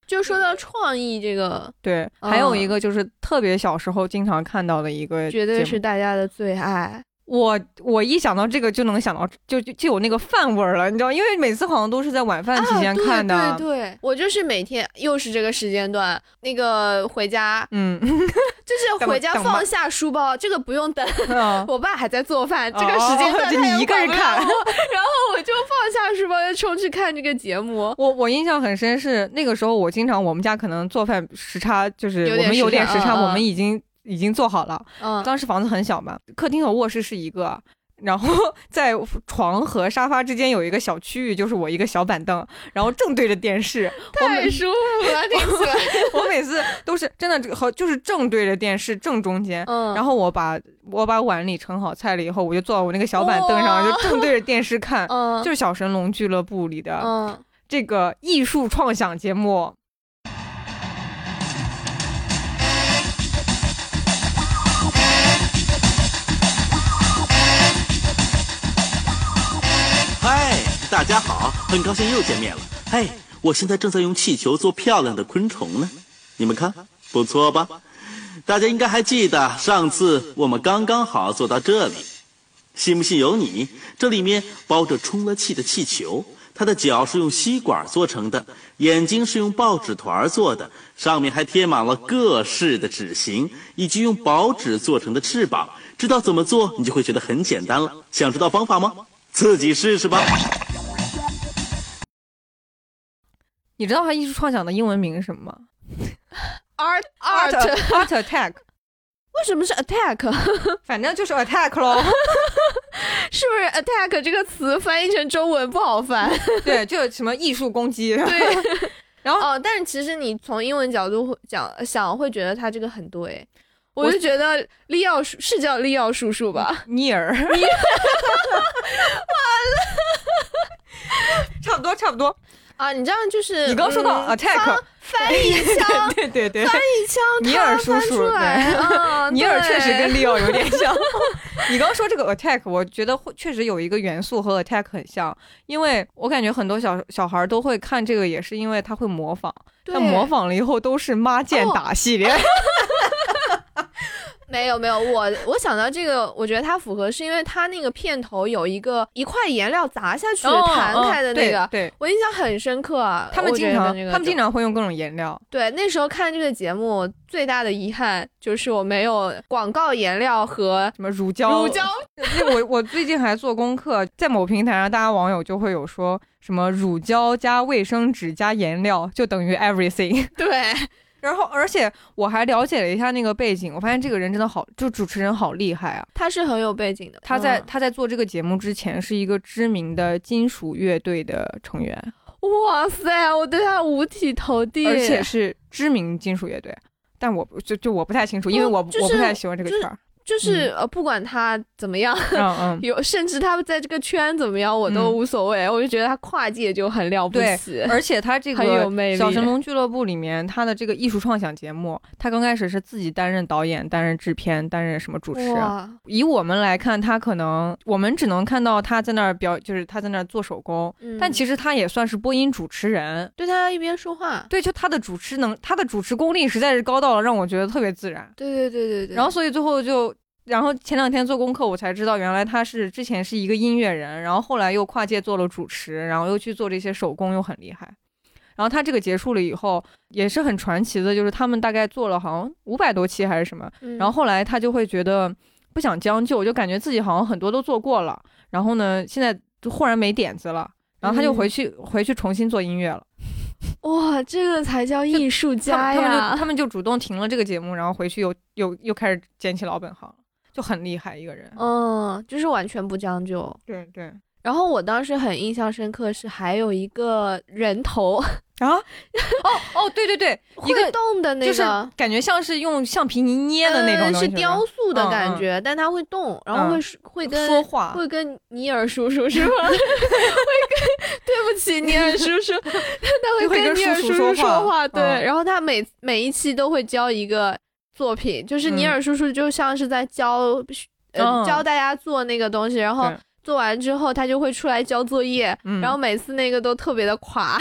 S1: 就说
S2: 嗯
S1: 到创意这个，
S2: 对，
S1: 嗯
S2: 还有一个就是特别小时候经常看到的一个节
S1: 绝
S2: 目，
S1: 对是大家的最爱。
S2: 我我一想到这个就能想到，就就就有那个饭味儿了，你知道，因为每次好像都是在晚饭期间看的。
S1: 啊、对对对，我就是每天又是这个时间段，那个回家
S2: 嗯， *laughs*
S1: 就是
S2: 等
S1: 回家
S2: 等吧
S1: 放下书包，这个不用等，
S2: 嗯
S1: 我爸还在做饭，
S2: 哦
S1: 这个时间 *laughs* 段
S2: 就
S1: 他也
S2: 你一个
S1: 管
S2: 人
S1: 不了
S2: 看
S1: 我然后我就放下书包就冲去看这个节目。
S2: 我我印象很深是那个时候，我经常我们家可能做饭时差就是
S1: 有点
S2: 我们有
S1: 时
S2: 点
S1: 差
S2: 时差，
S1: 嗯嗯
S2: 我们已经已经做好了，
S1: 嗯，
S2: 当时房子很小嘛，客厅和卧室是一个，然后 *laughs* 在床和沙发之间有一个小区域，就是我一个小板凳，然后正对着
S1: *laughs*
S2: 电视。我每
S1: 太舒服了，听起来。
S2: 我每次都是真的这个和就是正对着电视正中间，
S1: *laughs* 嗯，
S2: 然后我把我把碗里盛好菜了以后，我就坐到我那个小板凳上，
S1: 哇
S2: 就正对着电视看，
S1: 嗯，
S2: 就是小神龙俱乐部里的
S1: 嗯，
S2: 这个艺术创想节目。
S4: 嗨，哎大家好，很高兴又见面了。嘿，我现在正在用气球做漂亮的昆虫呢，你们看，不错吧？大家应该还记得上次我们刚刚好做到这里，信不信由你。这里面包着充了气的气球，它的脚是用吸管做成的，眼睛是用报纸团做的，上面还贴满了各式的纸型，以及用薄纸做成的翅膀。知道怎么做，你就会觉得很简单了。想知道方法吗？自己试试吧。
S2: 你知道它艺术创想的英文名是什么吗
S1: art
S2: ？Art
S1: *laughs* art，
S2: Art Attack，
S1: 为什么是 attack？
S2: 反正就是 Attack 喽。
S1: *laughs* 是不是 attack 这个词翻译成中文不好翻？ *laughs*
S2: 对，就什么艺术攻击。
S1: 对， *laughs*
S2: 然后
S1: 哦，但是其实你从英文角度会讲想，会觉得他这个很对。我
S2: 我
S1: 就觉得利奥叔是叫利奥叔叔吧？
S2: 尼尔， *laughs* 完了，差不多，差不多。
S1: 啊，你这样就是
S2: 你刚说到
S1: 嗯
S2: attack，
S1: 翻 *laughs* 译腔，
S2: 对对对，
S1: 翻译腔，
S2: 尼尔叔
S1: 他翻
S2: 叔
S1: 出来，嗯，
S2: *laughs* 尼尔
S1: 对
S2: 确实跟利奥有点
S1: *laughs*
S2: 像。你刚说这个 attack，我觉得会确实有一个元素和 attack 很像，因为我感觉很多小小孩都会看这个，也是因为他会模仿。
S1: 对哦
S2: 他模仿了以后都是妈剑打系列，
S1: 没有没有，我我想到这个，我觉得它符合，是因为它那个片头有一个一块颜料砸下去弹开的那个，
S2: 哦对。对
S1: 我印象很深刻啊。
S2: 他们
S1: 哦我觉
S2: 经
S1: 得
S2: 常，
S1: 那个
S2: 他们经常会用各种颜料，
S1: 对那时候看这个节目，最大的遗憾就是我没有广告颜料
S2: *laughs*
S1: 和
S2: 什么乳胶、
S1: 乳胶。
S2: 那我我最近还做功课，在某平台上，大家网友就会有说什么乳胶加卫生纸加颜料就等于 everything。 *laughs*
S1: 对，
S2: 然后，而且我还了解了一下那个背景，我发现这个人真的好，就主持人好厉害啊！
S1: 它是很有背景的。
S2: 他在、
S1: 嗯
S2: 他在做这个节目之前是一个知名的金属乐队的成员，
S1: 哇塞，我对他五体投地，
S2: 而且是知名金属乐队。但我就就我不太清楚，因为我、
S1: 嗯就是
S2: 我不太喜欢这个圈儿。
S1: 就是、呃，不管他怎么样，
S2: 嗯
S1: *laughs*
S2: 嗯，
S1: 有甚至他在这个圈怎么样，我都
S2: 嗯
S1: 无所谓，我就觉得他跨界就很了不
S2: 对
S1: 起。
S2: 而且他这
S1: 很有
S2: 个
S1: 魅力
S2: 小神龙俱乐部里面，他的这个艺术创想节目，他刚开始是自己担任导演、担任制片、担任什么主持。啊
S1: 哇，
S2: 以我们来看，他可能我们只能看到他在那儿表，就是他在那儿做手工，
S1: 嗯
S2: 但其实他也算是播音主持人。
S1: 对他一边说话，
S2: 对，就他的主持能，他的主持功力实在是高到了让我觉得特别自然。
S1: 对对对对对，
S2: 然后所以最后就，然后前两天做功课，我才知道原来他是之前是一个音乐人，然后后来又跨界做了主持，然后又去做这些手工，又很厉害。然后他这个结束了以后，也是很传奇的，就是他们大概做了好像五百多期还是什么，
S1: 嗯
S2: 然后后来他就会觉得不想将就，就感觉自己好像很多都做过了，然后呢，现在就忽然没点子了，然后他就
S1: 嗯
S2: 回去、回去重新做音乐了。
S1: 哇，这个才叫艺术家
S2: 他们他们就
S1: 呀！
S2: 他们就主动停了这个节目，然后回去又又又开始捡起老本行，就很厉害一个人。
S1: 嗯，就是完全不将就。
S2: 对对
S1: 然后我当时很印象深刻是还有一个人头
S2: 啊，哦 *laughs* 哦对
S1: *laughs*
S2: 对对，
S1: 会
S2: 一个
S1: 动的那
S2: 就是
S1: 个，
S2: 感觉像是用橡皮泥捏的那
S1: 嗯
S2: 种东
S1: 是
S2: 西，
S1: 雕塑的感觉，但它会动，然后
S2: 嗯
S1: 会说、会
S2: 吧
S1: 跟
S2: 说话，
S1: 会跟尼尔叔叔是吗？
S2: *laughs*
S1: 会跟对不起尼尔 *laughs* 叔叔，他会
S2: 就会
S1: 跟
S2: 跟
S1: 尼尔
S2: 叔
S1: 叔
S2: 叔
S1: 叔
S2: 说话
S1: 话。对，
S2: 嗯
S1: 然后他每每一期都会教一个作品，就是尼
S2: 嗯
S1: 尔叔叔就像是在教、呃
S2: 嗯
S1: 教大家做那个东西，然后
S2: 对
S1: 做完之后他就会出来交作业。
S2: *laughs* 嗯
S1: 然后每次那个都特别的垮，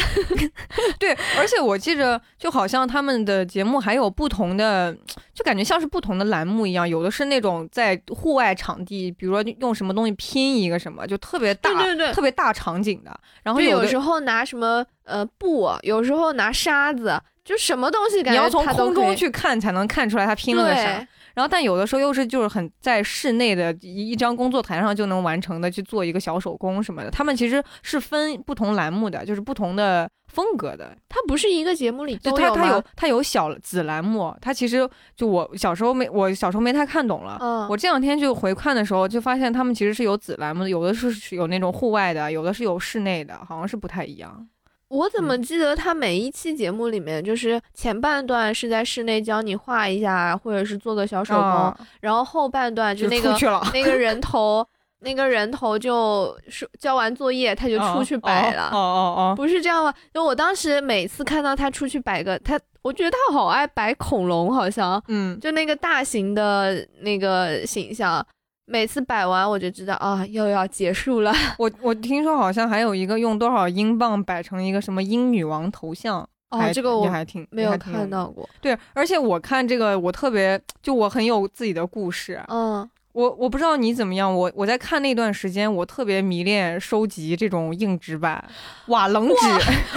S2: 对，而且我记着，就好像他们的节目还有不同的，就感觉像是不同的栏目一样，有的是那种在户外场地，比如说用什么东西拼一个什么，就特别大，
S1: 对对对
S2: 特别大场景的。然后
S1: 就有
S2: 的
S1: 时候拿什么呃布，有时候拿沙子，就什么东西感
S2: 你
S1: 觉
S2: 要从
S1: 他都
S2: 空
S1: 可
S2: 中
S1: 以
S2: 去看才能看出来他拼了个啥
S1: 对。
S2: 然后但有的时候又是就是很在室内的一一张工作台上就能完成的去做一个小手工什么的，他们其实是分不同栏目的，就是不同的风格的。
S1: 它不是一个节目里
S2: 就
S1: 都
S2: 它它
S1: 吗
S2: 有它有小子栏目，它其实就我小时候没我小时候没太看懂了。
S1: 嗯，
S2: 我这两天就回看的时候，就发现他们其实是有子栏目的，有的是有那种户外的，有的是有室内的，好像是不太一样。
S1: 我怎
S2: 嗯
S1: 么记得他每一期节目里面，就是前半段是在室内教你画一下，或者是做个小手工，
S2: 啊
S1: 然后后半段就
S2: 就
S1: 那个
S2: 出去了
S1: 那个人头，那个人头就是交完作业他就出去摆了，
S2: 哦哦哦
S1: 不是这样吗？就我当时每次看到他出去摆个他，我觉得他好爱摆恐龙，好像
S2: 嗯，
S1: 就那个大型的那个形象。每次摆完我就知道啊，又要结束了。 *laughs*
S2: 我我听说好像还有一个用多少英镑摆成一个什么英女王头像，
S1: 哦
S2: 还，
S1: 这个我
S2: 也还挺
S1: 没
S2: 也
S1: 有
S2: 还挺
S1: 看到过。
S2: 对，而且我看这个我特别就我很有自己的故事，
S1: 嗯，
S2: 我我不知道你怎么样，我我在看那段时间，我特别迷恋收集这种硬纸板、瓦楞纸，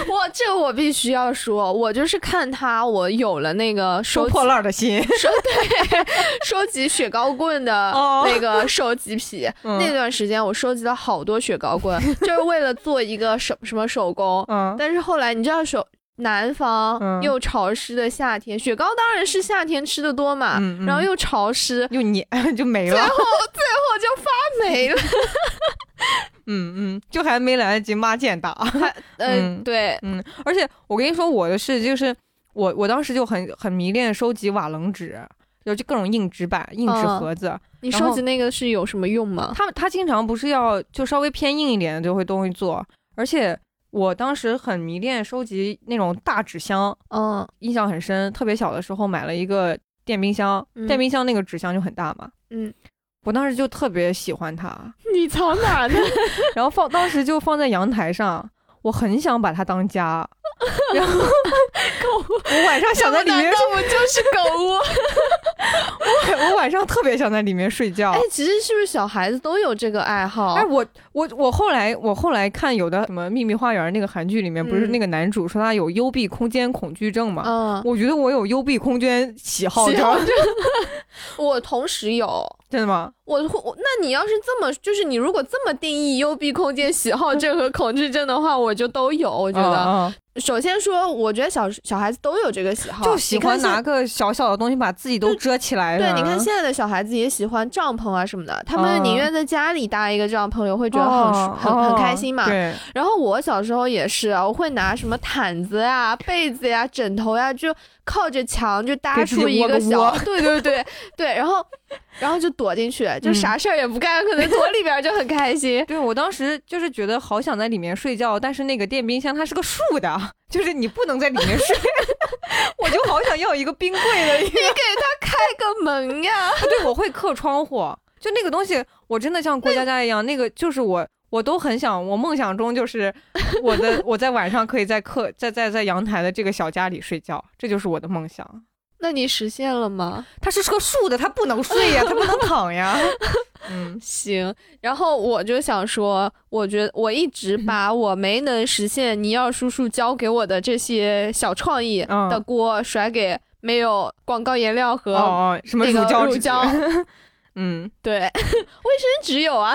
S1: 我这我必须要说，我就是看他，我有了那个收
S2: *laughs* 收
S1: 集
S2: 破烂儿的心。
S1: 收对收集雪糕棍的
S2: 哦
S1: 那个收集癖。
S2: 嗯
S1: 那段时间我收集了好多雪糕棍，就是为了做一个什什么手工。 *laughs*
S2: 嗯，
S1: 但是后来你知道手。南方
S2: 嗯
S1: 又潮湿的夏天，雪糕当然是夏天吃的多嘛，
S2: 嗯嗯
S1: 然后又潮湿，
S2: 又黏 *laughs* 就没了。
S1: 我就发霉了。
S2: 嗯嗯，就还没来得及骂见打。
S1: 嗯，
S2: 嗯
S1: 对，
S2: 而且我跟你说，我的是就是我我当时就很很迷恋收集瓦楞纸，就就各种硬纸板、硬纸
S1: 嗯
S2: 盒子。
S1: 你
S2: 然后
S1: 收集那个是有什么用吗？
S2: 他们他经常不是要就稍微偏硬一点的就会东西做，而且我当时很迷恋收集那种大纸箱。
S1: 嗯
S2: 印象很深，特别小的时候买了一个电冰箱，
S1: 嗯
S2: 电冰箱那个纸箱就很大嘛，
S1: 嗯，
S2: 我当时就特别喜欢它，
S1: 你藏哪 *laughs* 呢？
S2: 然后放当时就放在阳台上，我很想把它
S1: *laughs*
S2: 当家，然后我晚上想在里面，
S1: 我就是狗窝。
S2: *laughs* 我晚上特别想在里面睡觉哦
S1: 哎。，其实是不是小孩子都有这个爱好？
S2: 哎，我我我后来我后来看有的什么《秘密花园》那个韩剧里面，不是
S1: 嗯
S2: 那个男主说他有幽闭空间恐惧症嘛？
S1: 嗯，
S2: 我觉得我有幽闭空间喜好
S1: 喜
S2: 症，
S1: 好我同时有。
S2: *laughs* 真的吗？
S1: 我会，我那你要是这么，就是你如果这么定义幽闭空间喜好症和恐惧症的话，我就都有。我
S2: 我
S1: 觉得，
S2: 嗯
S1: 首先说，我觉得小小孩子都有这个喜好，
S2: 就喜欢
S1: 你看
S2: 拿
S1: 现。
S2: 个小小的东西把自己都嗯遮起来。嗯
S1: 对
S2: 是，吧
S1: 你看现在的小孩子也喜欢帐篷啊什么的，他们
S2: 嗯
S1: 宁愿在家里搭一个帐篷，也会觉得很舒、
S2: 哦
S1: 很很开心嘛
S2: 哦。对，
S1: 然后我小时候也是啊，我会拿什么毯子呀、被子呀、枕头呀，就靠着墙就搭
S2: 给自己
S1: 出一
S2: 窝个
S1: 小，
S2: 窝
S1: 对对对对，然后然后就躲进去，就
S2: 嗯
S1: 啥事儿也不干，可能躲里边儿就很开心。
S2: 对我当时就是觉得好想在里面睡觉，但是那个电冰箱它是个竖的，就是你不能在里面睡。 *laughs* 我就好想要一个冰柜的一个，
S1: 开个门呀，
S2: 对，我会刻窗户，就那个东西，我真的像过家家一样，那个就是我。我都很想，我梦想中就是我的，我在晚上可以在客在在在阳台的这个小家里睡觉，这就是我的梦想。
S1: 那你实现了吗？
S2: 它是个竖的，它不能睡呀，它不能躺呀。 *laughs* 嗯，
S1: 行，然后我就想说，我觉得我一直
S2: 嗯
S1: 把我没能实现尼尔叔叔教给我的这些小创意
S2: 嗯
S1: 的锅甩给没有广告颜料和、
S2: 哦哦，什么
S1: 那
S2: 乳
S1: 个
S2: 胶
S1: 乳
S2: 之子 *laughs*
S1: 胶
S2: 嗯， *laughs*
S1: 对卫生纸有啊，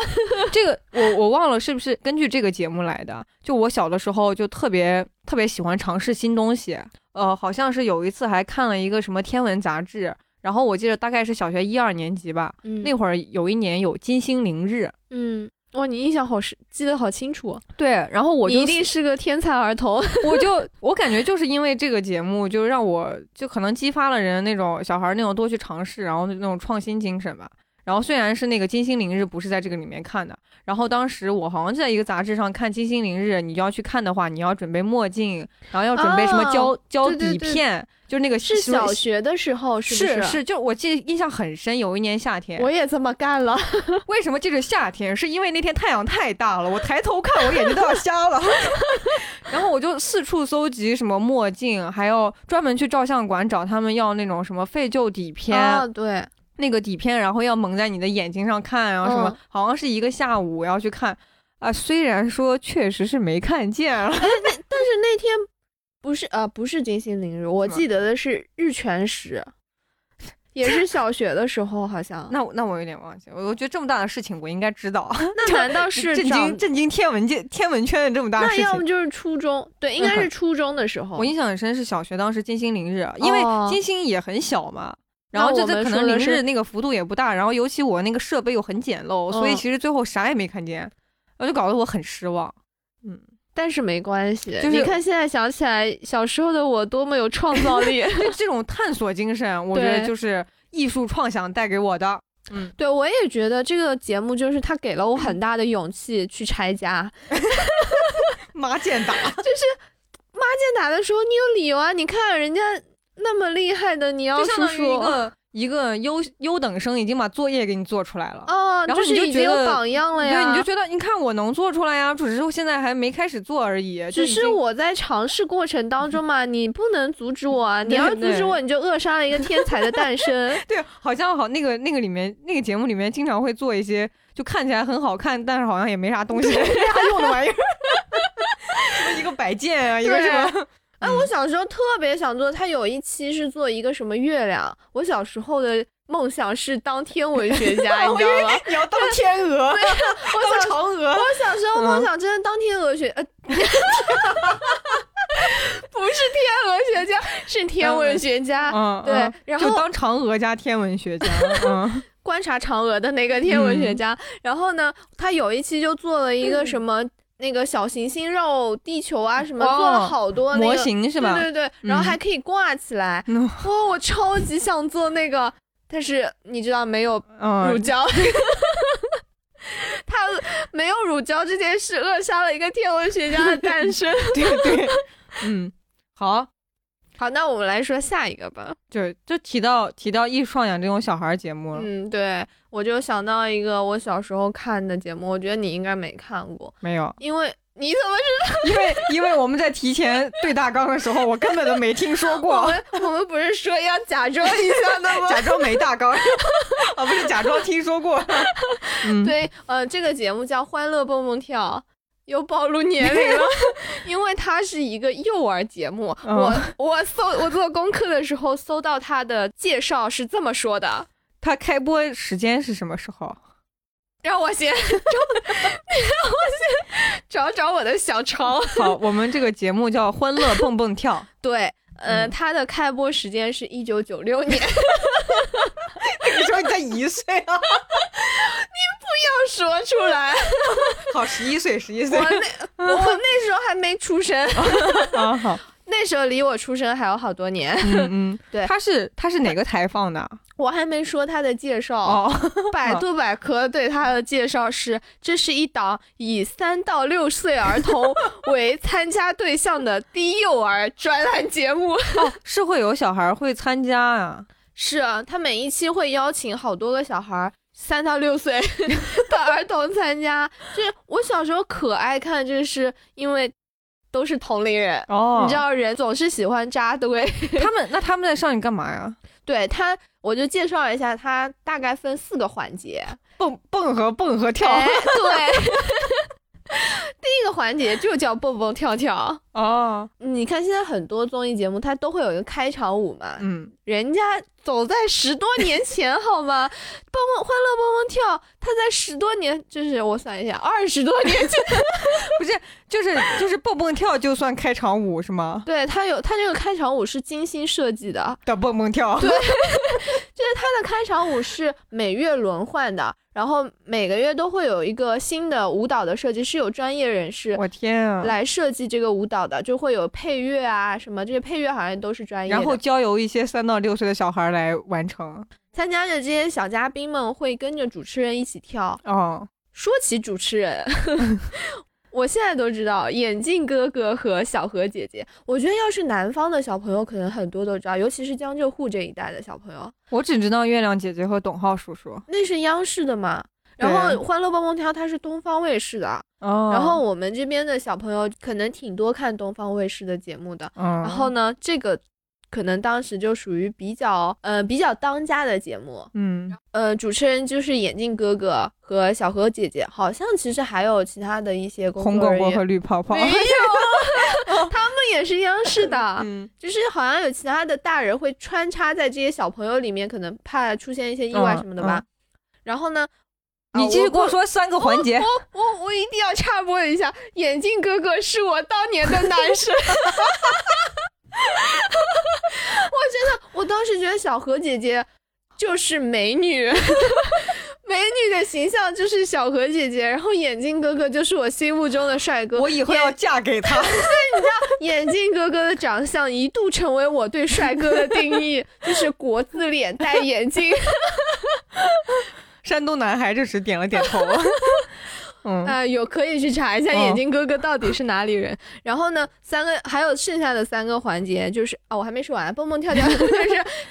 S2: 这个我我忘了是不是根据这个节目来的？就我小的时候就特别特别喜欢尝试新东西，呃，好像是有一次还看了一个什么天文杂志，然后我记得大概是小学一二年级吧，
S1: 嗯
S2: 那会儿有一年有金星凌日，
S1: 嗯，哇，你印象好是记得好清楚，哦
S2: 对，然后我
S1: 你
S2: 就
S1: 一定是个天才儿童。 *laughs*
S2: 我就我感觉就是因为这个节目，就让我就可能激发了人那种小孩儿那种多去尝试，然后那种创新精神吧。然后虽然是那个《金星凌日》不是在这个里面看的，然后当时我好像在一个杂志上看《金星凌日》，你要去看的话，你要准备墨镜，然后要准备什么
S1: 哦
S2: 胶、胶
S1: 对对
S2: 底
S1: 对
S2: 片， *laughs* 就是那个
S1: 是
S2: 什么
S1: 小学的时候是不
S2: 是是，就我记得印象很深，有一年夏天，
S1: 我也这么干了，
S2: 为什么这是夏天？是因为那天太阳太大了，我抬头看，我眼睛都要瞎 *laughs* 了。然后我就四处搜集什么墨镜，还有专门去照相馆找他们要那种什么废旧底片，
S1: 啊，对，
S2: 那个底片然后要蒙在你的眼睛上看啊，什么、
S1: 嗯
S2: 好像是一个下午要去看啊。虽然说确实是没看见啊，
S1: 但是那天不是啊、呃不是金星凌日，我
S2: 是吗 *laughs*
S1: 记得的是日全食。也是小学的时候，好像。
S2: *laughs* 那我那我有点忘记，我我觉得这么大的事情我应该知道，
S1: 那难
S2: *laughs*
S1: 道是
S2: 震
S1: 长
S2: 惊震惊天文界天文圈的这么大的
S1: 那
S2: 事
S1: 要么
S2: 情。嗯
S1: 就是初中，对，应该是初中的时候。
S2: 我印象很深是小学当时金星凌日，因为
S1: 哦
S2: 金星也很小嘛，
S1: 那
S2: 然后就
S1: 我
S2: 这
S1: 们
S2: 可
S1: 说
S2: 能凌
S1: 的是
S2: 日那个幅度也不大，然后尤其我那个设备又很简陋，所以
S1: 嗯
S2: 其实最后啥也没看见，然后就搞得我很失望。 *laughs* 嗯，
S1: 但是没关系，
S2: 就是
S1: 你看现在想起来，小时候的我多么有创造力。
S2: 就这种探索精神，我觉得
S1: 对
S2: 就是艺术创想带给我的。嗯，
S1: 对，我也觉得这个节目就是它给了我很大的勇气去拆家。
S2: 马健
S1: *laughs*
S2: 达，
S1: 在打的时候，你有理由啊！你看人家那么厉害的，你要
S2: 就
S1: 说
S2: 相当于一
S1: 说。
S2: 个一个优优等生已经把作业给你做出来了。
S1: 哦，
S2: 然后
S1: 就
S2: 你就是
S1: 已经有
S2: 觉得
S1: 榜样了呀。
S2: 对，你就觉得你看我能做出来呀，只是我现在还没开始做而已。就
S1: 只
S2: 已
S1: 是
S2: 经
S1: 我在尝试过程当中嘛，你不能阻止我
S2: *laughs*
S1: 啊！你
S2: 对
S1: 要是阻
S2: 对
S1: 止我，你就扼杀了一个天才的诞
S2: *laughs*
S1: 生。
S2: 对，好像好那个那个里面那个节目里面经常会做一些就看起来很好看，但是好像也没啥东西 *laughs* 啥用的玩意儿，什么一个摆件 *laughs* 啊，一个
S1: 对
S2: 什么，
S1: 哎，我小时候特别想做，他有一期是做一个什么月亮。我小时候的梦想是当天文学
S2: *laughs*
S1: 家，你知道吗？
S2: 你要当天鹅，
S1: *laughs* 我
S2: 当嫦
S1: 我
S2: 娥，
S1: 小
S2: 嗯
S1: 时候梦想真的当天鹅学，呃， *laughs* 不是天鹅学家，是天文学
S2: *laughs*
S1: 家。
S2: 嗯，
S1: 对
S2: 嗯
S1: 然
S2: 就
S1: 后
S2: 当嫦娥加天文学 *laughs* 家，嗯，
S1: 观察嫦娥的那个天文学家。然后呢，他有一期就做了一个什么、那个小行星绕地球啊，什么、
S2: 嗯哦
S1: 做了好多、那个、
S2: 模型是吧？
S1: 对对对，然后还可以挂起来。哇、
S2: *laughs* 嗯
S1: 我超级想做那个，但是你知道没有乳
S2: 嗯，
S1: 胶。 *laughs* 他没有乳胶这件事扼杀了一个天文学家的诞
S2: *laughs*
S1: 生。
S2: 嗯对对，嗯，好，
S1: 好，那我们来说下一个吧。
S2: 就就提到提到艺术创想这种小孩儿节目了，
S1: 嗯，对，我就想到一个我小时候看的节目，我觉得你应该没看过，
S2: 没有，
S1: 因为你怎么
S2: 因为因为我们在提前对大纲的时候，我根本都没听说
S1: 我
S2: *laughs* 过，
S1: 们 *laughs* 我们不是说要假装一下的吗？
S2: 假装没大纲， *laughs* 啊，不是假装听说 *laughs* 过。嗯，
S1: 对，呃，这个节目叫《欢乐蹦蹦跳》，又暴露年龄了，因为它是一个幼儿节目。
S2: 嗯
S1: 我我搜我做功课的时候搜到它的介绍是这么说的，
S2: 他开播时间是什么时候？
S1: 让我先，让我先找找我的小抄。
S2: 好，我们这个节目叫《欢乐蹦蹦跳》，
S1: 对，呃，
S2: 嗯
S1: 它的开播时间是一九九六 *laughs* 年。
S2: 那个时候 *laughs* 你才一岁啊？
S1: 说出来，
S2: 好，十一岁，十一岁
S1: 我那我那时候还没出 *laughs* 生，
S2: 啊，好，
S1: 那时候离我出生还有好多年。
S2: 嗯嗯，
S1: 对
S2: 他是他是哪个台放的？
S1: 我还没说它的介绍，
S2: 哦，
S1: 百度百科对它的介绍是：这是一档以三到六岁儿童为参加对象的低幼儿专栏节目。
S2: 哦，是会有小孩会参加啊。
S1: 是啊，它每一期会邀请好多个小孩儿。三到六岁 *laughs* 的儿童参加，就是我小时候可爱看，就是因为都是同龄人，
S2: 哦
S1: 你知道人总是喜欢扎堆。 *laughs*
S2: 他们那他们在上你干嘛呀？
S1: 对它，我就介绍一下，它大概分四个环节。
S2: 蹦蹦和蹦和跳
S1: 哎对，第 *laughs* 一个环节就叫蹦蹦跳跳。
S2: 哦，
S1: 你看现在很多综艺节目，它都会有一个开场舞嘛，
S2: 嗯，
S1: 人家走在十多年前，好吗？ *laughs* 蹦蹦欢乐蹦蹦跳，它在十多年，就是我算一下，二十多年前，
S2: 就是就是蹦蹦跳就算开场舞是
S1: *laughs*
S2: 吗？
S1: 对它有它这个开场舞是精心设计的，
S2: 的蹦蹦跳，对，
S1: 就是它的开场舞是每月轮换的，然后每个月都会有一个新的舞蹈的设计，是有专业人士
S2: 我天啊！
S1: 来设计这个舞蹈的，就会有配乐啊什么，这些配乐好像都是专业的。
S2: 然后交由一些三到六岁的小孩来完成。
S1: 参加的这些小嘉宾们会跟着主持人一起跳。
S2: 哦，
S1: 说起主持人， *laughs* 我现在都知道眼镜哥哥和小何姐姐。我觉得要是南方的小朋友，可能很多都知道，尤其是江浙沪这一带的小朋友，
S2: 我只知道月亮姐姐和董浩叔叔。
S1: 那是央视的嘛。
S2: 对
S1: 然后《欢乐蹦蹦跳》它是东方卫视的，
S2: 哦，
S1: 然后，我们这边的小朋友可能挺多看东方卫视的节目的。
S2: 嗯，
S1: 然后，呢，这个可能当时就属于比较呃比较当家的节目。
S2: 嗯，
S1: 呃，主持人就是眼镜哥哥和小何姐姐，好像其实还有其他的一些工
S2: 红
S1: 作
S2: 果
S1: 人
S2: 果
S1: 员
S2: 和。绿泡泡
S1: 没。有，他们也是央视的，
S5: 嗯，
S1: 就是好像有其他的大人会穿插在这些小朋友里面，可能怕出现一些意外
S2: 嗯
S1: 什么的吧。然后呢，啊
S5: 你继续跟我
S1: 过
S5: 说三个环节，
S1: 我我一定要插播一下，眼镜哥哥是我当年的男神。 *laughs* 我真的，我当时觉得小何姐姐就是美女， *laughs* 美女的形象就是小何姐姐，然后眼镜哥哥就是我心目中的帅哥。
S5: 我以后要嫁给
S1: *laughs*
S5: 他。
S1: 眼镜哥哥的长相一度成为我对帅哥的定义，就是国字脸戴眼镜。
S2: 山东男孩这时点了点
S1: *laughs*
S2: 头。嗯，
S1: 啊、有可以去查一下
S2: 哦
S1: 眼镜哥哥到底是哪里人。然后呢，三个还有剩下的三个环节就是啊、我还没说完，蹦蹦跳 *laughs* 跳就是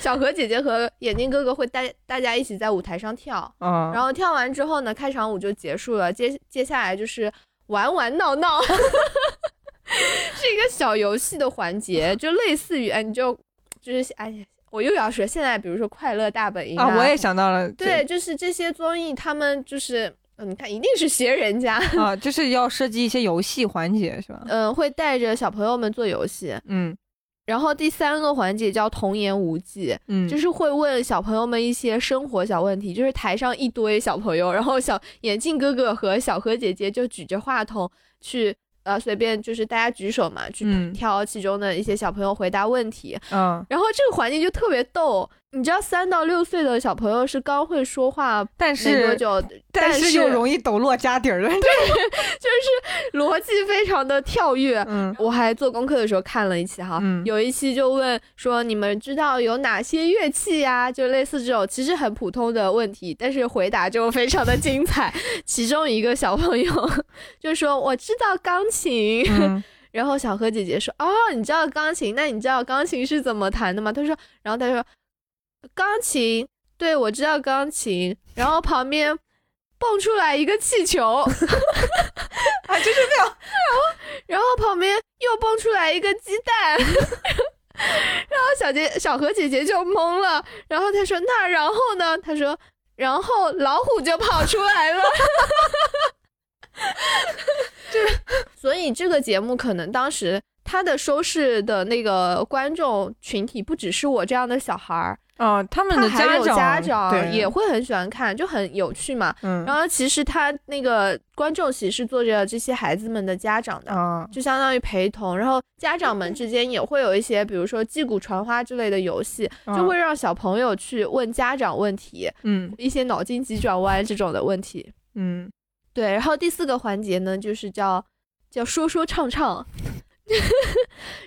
S1: 小何姐姐和眼镜哥哥会带大家一起在舞台上跳，
S2: 啊，
S1: 然后跳完之后呢，开场舞就结束了，接接下来就是玩玩闹闹， *laughs* 是一个小游戏的环节，就类似于哎，你就就是哎呀，我又要说现在比如说快乐大本营
S2: 啊，我也想到了，
S1: 对，就是这些综艺他们就是。嗯，你看，一定是学人家，
S2: 对啊，就是要设计一些游戏环节是吧？
S1: 嗯，会带着小朋友们做游戏。
S2: 嗯
S1: 然后第三个环节叫童言无忌，
S2: 嗯，
S1: 就是会问小朋友们一些生活小问题，就是台上一堆小朋友，然后小眼镜哥哥和小何姐姐就举着话筒去。呃，随便就是大家举手嘛，去
S2: 嗯
S1: 挑其中的一些小朋友回答问题，
S2: 嗯，
S1: 然后这个环节就特别逗。你知道，三到六岁的小朋友是刚会说话
S2: 但
S1: 没多
S2: 是
S1: 久， *laughs* 但
S2: 但
S1: 是
S2: 是又容易抖落家底儿了。对，
S1: 就是逻辑非常的跳跃， *laughs*
S2: 嗯
S1: 我还做功课的时候看了一期哈，
S2: 嗯
S1: 有一期就问说你们知道有哪些乐器呀、就类似这种其实很普通的问题，但是回答就非常的精彩。 *laughs* 其中一个小朋友就说我知道钢琴，
S2: 嗯
S1: *laughs* 然后小何姐姐说哦，你知道钢琴，那你知道钢琴是怎么弹的吗？他说，然后他说钢琴，对我知道钢琴，然后旁边蹦出来一个气球。
S2: 啊，就是这样。
S1: 然后旁边又蹦出来一个鸡蛋， *laughs* 然后小姐小何姐姐就懵了，然后她说那然后呢？她说然后老虎就跑出来了， *laughs* 就是所以这个节目可能当时它的收视的那个观众群体不只是我这样的小孩儿，
S2: 啊，他们
S1: 他
S2: 的
S1: 还有
S2: 长
S1: 家
S2: 对
S1: 长也会很喜欢看，就很有趣嘛。
S2: 嗯
S1: 然后其实他那个观众席是坐着这些孩子们的家长的，
S2: 啊
S1: 就相当于陪同，然后家长们之间也会有一些，比如说击鼓传花之类的游戏，
S2: 啊
S1: 就会让小朋友去问家长问题，
S2: 嗯
S1: 一些脑筋急转弯这种的问题。
S2: 嗯，
S1: 对，然后第四个环节呢，就是叫叫说说唱唱， *laughs*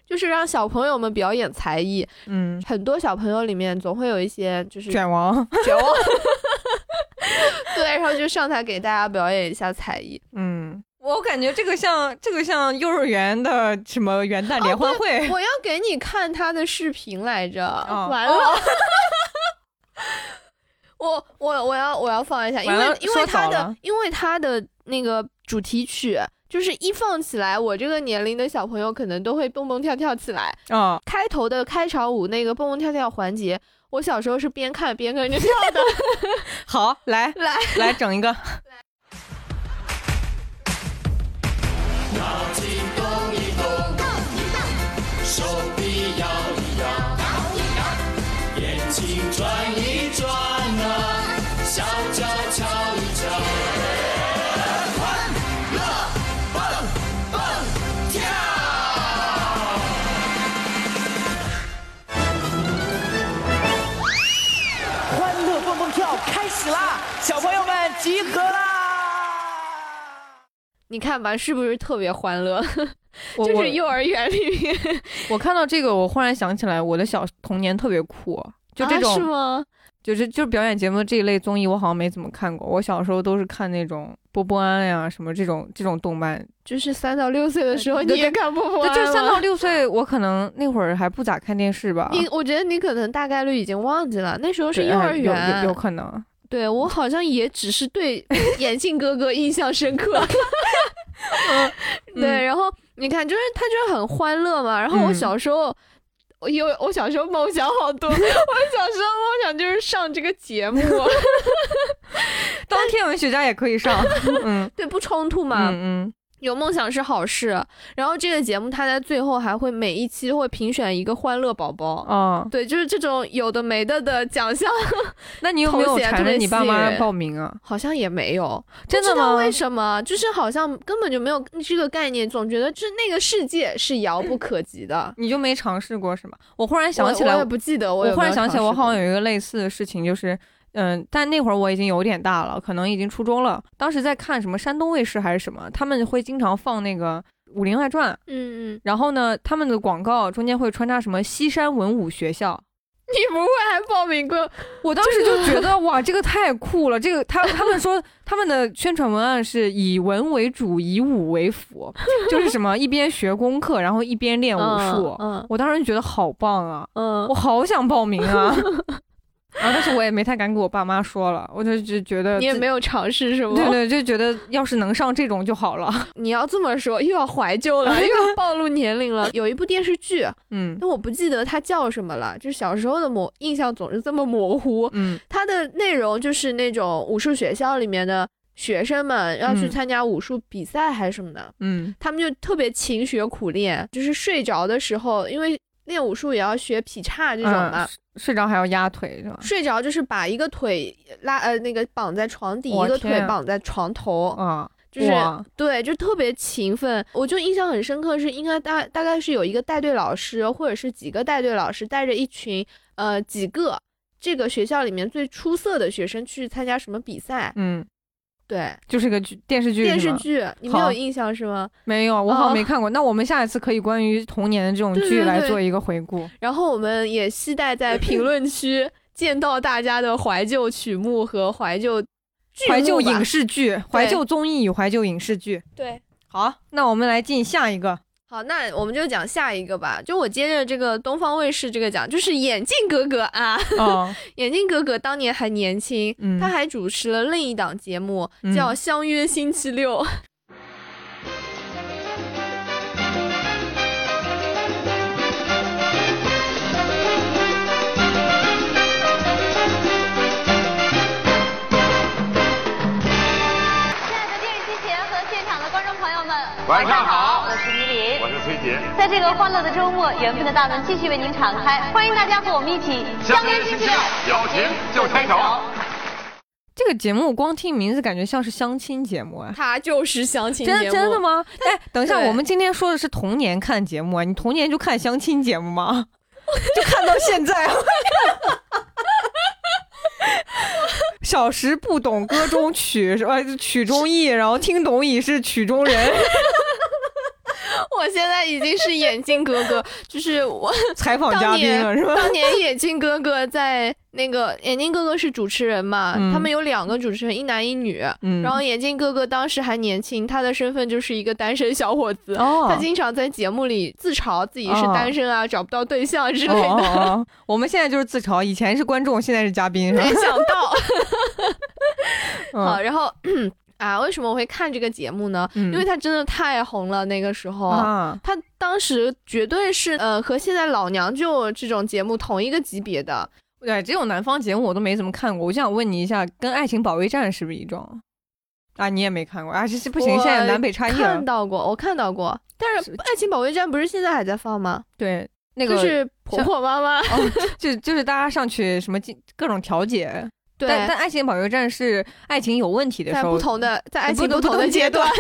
S1: 就是让小朋友们表演才艺。
S2: 嗯，
S1: 很多小朋友里面总会有一些就是
S2: 卷王，
S1: 绝望， *laughs* 对，然后就上台给大家表演一下才艺。
S2: 嗯，我感觉这个像这个像幼儿园的什么元旦联欢会，
S1: 我要给你看他的视频来着，
S2: 哎哦
S1: 完了。 *laughs* 我我我要我要放一下，因
S2: 完
S1: 为
S2: 了
S1: 因为
S2: 说
S1: 他
S2: 早
S1: 的
S2: 了
S1: 因为他的那个主题曲，就是一放起来，我这个年龄的小朋友可能都会蹦蹦跳跳起来。
S2: 啊，
S1: 开头的开场舞那个蹦蹦跳跳环节，我小时候是边看边跟着跳
S2: *laughs*
S1: 的。
S2: 好，来
S1: 来，
S2: 来整 *laughs* 一个，
S6: 欢乐蹦蹦跳开始啦！小朋友们集合啦！
S1: 你看吧，是不是特别欢乐？
S2: 我
S1: 就
S2: 我
S1: 是幼儿园里面，
S2: 我看到这个，我忽然想起来，我的小童年特别酷，就这
S1: 啊、是
S2: 种，
S1: 吗？
S2: 就是就是表演节目这一类综艺，我好像没怎么看过。我小时候都是看那种波波安呀什么这种这种动漫，
S1: 就是三到六岁的时候，
S2: 对
S1: 你
S2: 对
S1: 也看不完
S2: 对，
S1: 吗？
S2: 就是三到六岁，我可能那会儿还不咋看电视吧。
S1: 你，我觉得你可能大概率已经忘记了，那时候是
S2: 啊对
S1: 幼
S2: 哎
S1: 儿
S2: 有
S1: 园。
S2: 有有可能。
S1: 对我好像也只是
S2: *laughs*
S1: 对眼镜哥哥印象深刻。 *laughs* 对，
S2: 嗯
S1: 然后你看，就是他就是很欢乐嘛。然后我
S2: 嗯
S1: 小时候，我有我小时候梦想好多，我小时候梦想就是上这个节目， *laughs*
S2: 当天文学家也可以上，嗯
S1: *laughs*
S2: *laughs*
S1: 对，不冲突嘛。
S2: 嗯嗯，
S1: 有梦想是好事。然后这个节目它在最后还会每一期会评选一个欢乐宝宝，
S2: 啊，
S1: 对，就是这种有的没的的奖项，
S2: 那你有没有
S1: 头衔特
S2: 缠着
S1: 别
S2: 你爸
S1: 吸引
S2: 妈
S1: 人
S2: 报名啊？
S1: 好像也没有，
S2: 真的
S1: 不知道
S2: 吗
S1: 为什么？就是好像根本就没有这个概念，总觉得就是那个世界是遥不可及的。
S2: 你就没尝试过是吗？我忽然 *laughs* 想起来，
S1: 我我也不记得，我
S2: 我
S1: 有
S2: 忽
S1: 没
S2: 然
S1: 有
S2: 想起来，
S1: 尝
S2: 我
S1: 试
S2: 好像
S1: 过
S2: 有一个类似的事情，就是，嗯，但那会儿我已经有点大了，可能已经初中了。当时在看什么山东卫视还是什么，他们会经常放那个《武林外传》，
S1: 嗯嗯，
S2: 然后呢，他们的广告中间会穿插什么西山文武学校。
S1: 你不会还报
S2: *laughs*
S1: 名过？
S2: 我当时就
S1: *laughs*
S2: 觉得哇，这个太酷了！这个他他们说他们的宣传文案是以文为主，以武为辅，就是什么一边学功课，然后一边练武术。
S1: 嗯
S2: 我当时觉得好棒啊！
S1: 嗯
S2: 我好想报名
S1: *laughs*
S2: 啊！然后，但是我也没太敢给我爸妈说了，我就就觉得
S1: 嗯，你也
S2: 自
S1: 没有尝试是吗？
S2: 对对，就觉得要是能上这种就好了。
S1: *laughs* 你要这么说，又要怀旧
S2: *laughs*
S1: 了，又要暴露年龄了。有一部电视剧，
S2: 嗯
S1: 但我不记得它叫什么了，就是小时候的模印象总是这么模糊。
S2: 嗯
S1: 它的内容就是那种武术学校里面的学生们要去
S2: 嗯
S1: 参加武术比赛还是什么的，
S2: 嗯
S1: 他们就特别勤学苦练，就是睡着的时候，因为练武术也要学劈叉这种嘛，
S2: 嗯睡着还要压腿是吧？
S1: 睡着就是把一个腿拉呃那个绑在床底，
S2: 我
S1: 一个腿
S2: 天啊
S1: 绑在床头，
S2: 啊，
S1: 就是
S2: 哇
S1: 对，就特别勤奋。我就印象很深刻是，应该大大概是有一个带队老师，或者是几个带队老师带着一群呃几个这个学校里面最出色的学生去参加什么比赛。
S2: 嗯，
S1: 对，
S2: 就是个剧电视剧
S1: 电
S2: 是
S1: 视
S2: 吗
S1: 剧你没有
S2: 好
S1: 印象是吗？
S2: 没有，我好像
S1: 哦
S2: 没看过。那我们下一次可以关于童年的这种
S1: 对
S2: 剧
S1: 对
S2: 来
S1: 对
S2: 做一个回顾。
S1: 然后我们也期待
S2: *laughs*
S1: 在评论区见到大家的怀旧曲目和怀旧剧
S2: 怀旧
S1: 目吧
S2: 影视剧、怀旧综艺与怀旧影视剧。
S1: 对。
S2: 好，那我们来进下
S1: *laughs*
S2: 一个。
S1: 好，那我们就讲下一个吧。就我接着这个东方卫视这个讲，就是眼镜哥哥啊，
S2: 哦，
S1: 眼镜哥哥当年还年轻，
S2: 嗯
S1: 他还主持了另一档节目，
S2: 嗯
S1: 叫《相约星期六》。
S7: 亲爱的电视机前和现场的观众朋友们，
S8: 晚上好
S7: 我是米林
S8: 我。是崔杰。
S7: 在这个欢乐的周末，缘分的大门继续为您敞开，欢迎大家和我们一起
S8: 相约星期六有情就牵手
S2: 这个节目光听名字感觉像是相亲节目啊。
S1: 他就是相亲
S2: 真
S1: 节目
S2: 真的？吗？哎，等一下，
S1: 对
S2: 我们今天说的是童年看节目啊，你童年就看相亲节目
S1: *laughs*
S2: 吗？就看到现在。 *laughs* 小时不懂歌中曲，是吧？曲中意，然后听懂已是曲中人，
S1: 我现在已经是眼镜哥哥，就是 *laughs* 我
S2: 采访嘉
S1: 当
S2: 宾啊
S1: 年
S2: 了，是吧？
S1: 当年眼镜哥哥在那个眼镜哥哥是主持人嘛，
S2: 嗯
S1: 他们有两个主持人，一男一女。
S2: 嗯
S1: 然后眼镜哥哥当时还年轻，他的身份就是一个单身小伙子。
S2: 哦
S1: 他经常在节目里自嘲自己是
S2: 哦
S1: 单身啊，找不到对象之类的。
S2: 哦哦哦我们现在就是自嘲，以前是观众，现在是嘉宾，是吧
S1: 没？想到，好，
S2: 嗯
S1: 然后啊，为什么我会看这个节目呢？
S2: 嗯
S1: 因为他真的太红了，那个时候。
S2: 啊，
S1: 他当时绝对是呃和现在《老娘舅》这种节目同一个级别的，
S2: 对，这种南方节目我都没怎么看过，我就想问你一下，跟《爱情保卫战》是不是一种？啊，你也没看过啊？这这不行，
S1: 我
S2: 现在南北差异了
S1: 看。到过，我看到过。但是《爱情保卫战》不是现在还在放吗？
S2: 对，那个
S1: 就是婆婆妈妈，
S2: 哦，就就是大家上去什么进各种调解，
S1: 对，
S2: 但但《爱情保卫战》是爱情有问题的
S1: 在
S2: 时候，
S1: 不同的在爱情
S2: 嗯不
S1: 同
S2: 同
S1: 的
S2: 的
S1: 阶
S2: 阶 *laughs*
S1: 段。 *laughs*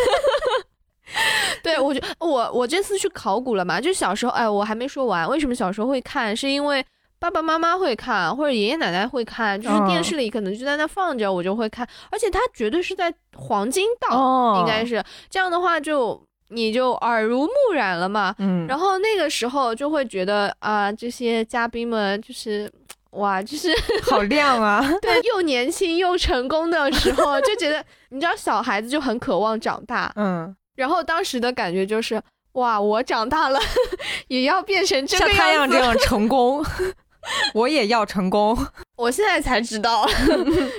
S1: 对，我觉我我这次去考古了嘛，就小时候，哎，我还没说完，为什么小时候会看，是因为爸爸妈妈会看，或者爷爷奶奶会看，就是电
S2: 嗯
S1: 视里可能就在那放着，我就会看，而且它绝对是在黄金档，
S2: 哦，
S1: 应该
S2: 是
S1: 是这样的话就你就耳濡目染了嘛，
S2: 嗯，
S1: 然后那个时候就会觉得啊、这些嘉宾们就是。哇，就是
S2: 好
S1: *laughs*
S2: 亮啊！
S1: 对，又年轻又成功的时候，就觉得你知道，小孩子就很渴望长大。
S2: 嗯，
S1: 然后当时的感觉就是，哇，我长大了也要变成这
S2: 像
S1: 个
S2: 太
S1: 样
S2: 阳
S1: 子。
S2: 这样成 *laughs* 功，我也要成 *laughs* 功。
S1: 我现在才知
S2: *laughs*
S1: 道，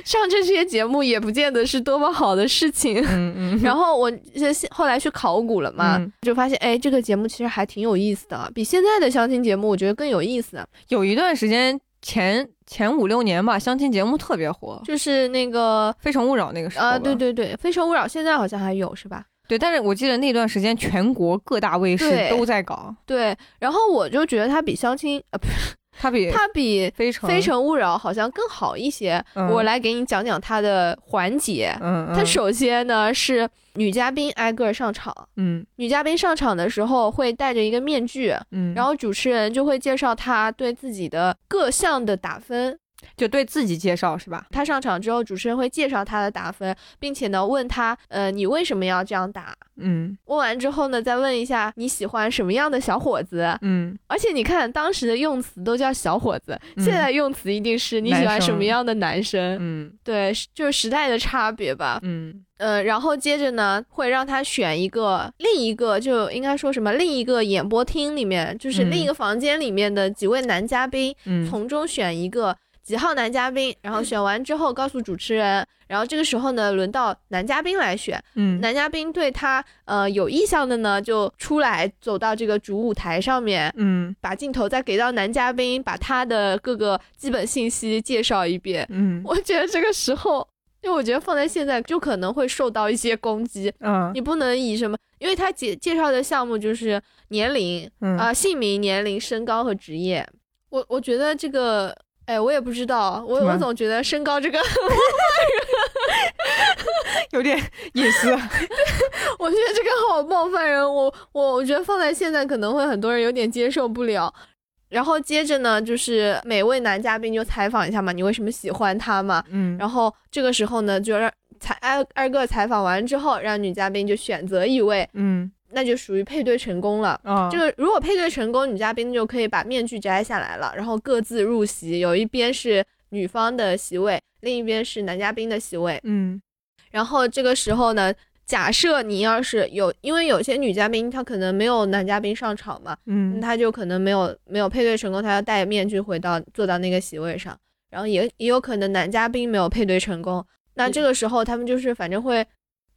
S1: 上这些节目也不见得是多么好的事情。
S2: 嗯嗯，
S1: 然后我这后来去考古了嘛，
S2: 嗯
S1: 就发现，哎，这个节目其实还挺有意思的，比现在的相亲节目我觉得更有意思。
S2: 有一段时间前前五六年吧，相亲节目特别火，《
S1: 就是那个呃
S2: 非诚勿扰》那个时候吧
S1: 啊，对，对对，《非诚勿扰》现在好像还有是吧？
S2: 对，但是我记得那段时间全国各大卫视
S1: 对
S2: 都在搞，
S1: 对，然后我就觉得它比相亲，呃，不是，
S2: 它比
S1: 它比
S2: 非常
S1: 非诚勿扰好像更好一些。
S2: 嗯
S1: 我来给你讲讲它的环节。
S2: 嗯嗯，
S1: 它首先呢是女嘉宾挨个儿上场，
S2: 嗯
S1: 女嘉宾上场的时候会戴着一个面具，
S2: 嗯，
S1: 然后主持人就会介绍她对自己的各项的打分。
S2: 就对自己介绍是吧？
S1: 她上场之后，主持人会介绍她的打分，并且呢问她，呃，你为什么要这样打？
S2: 嗯
S1: 问完之后呢，再问一下你喜欢什么样的小伙子？
S2: 嗯，
S1: 而且你看当时的用词都叫小伙子，
S2: 嗯
S1: 现在用词一定是你
S2: 男
S1: 喜欢
S2: 生
S1: 什么样的男生？
S2: 嗯
S1: 对，是就是时代的差别吧。
S2: 嗯
S1: 呃，然后接着呢，会让他选一个另一个，就应该说什么另一个演播厅里面，就是
S2: 嗯
S1: 另一个房间里面的几位男嘉宾，
S2: 嗯，
S1: 从中选一个几号男嘉宾，然后选完之后告诉主持人，然后这个时候呢，轮到男嘉宾来选，
S2: 嗯
S1: 男嘉宾对他呃有意向的呢，就出来走到这个主舞台上面，
S2: 嗯
S1: 把镜头再给到男嘉宾，把他的各个基本信息介绍一遍。
S2: 嗯
S1: 我觉得这个时候，因为我觉得放在现在就可能会受到一些攻击，
S2: 嗯
S1: 你不能以什么，因为他介介绍的项目就是年龄
S2: 嗯
S1: 啊、姓名、年龄、身高和职业。我我觉得这个，哎，我也不知道，我
S2: 什么
S1: 我总觉得身高这个，
S2: 嗯有点 *laughs* 隐私，
S1: 我觉得这个好冒犯人，我我我觉得放在现在可能会很多人有点接受不了。然后接着呢，就是每位男嘉宾就采访一下嘛，你为什么喜欢他嘛？*laughs*
S2: 嗯，
S1: 然后这个时候呢，就让采挨挨个采访完之后，让女嘉宾就选择一位，
S2: 嗯
S1: 那就属于配对成功了。
S2: 啊，
S1: 这个如果配对成功，女嘉宾就可以把面具摘下来了，然后各自入席，有一边是女方的席位，另一边是男嘉宾的席位。
S2: 嗯
S1: 然后这个时候呢，假设你要是有，因为有些女嘉宾她可能没有男嘉宾上场嘛，
S2: 嗯
S1: 她就可能没有没有配对成功，她要戴面具回到坐到那个席位上，然后也也有可能男嘉宾没有配对成功，那这个时候他们就是反正会，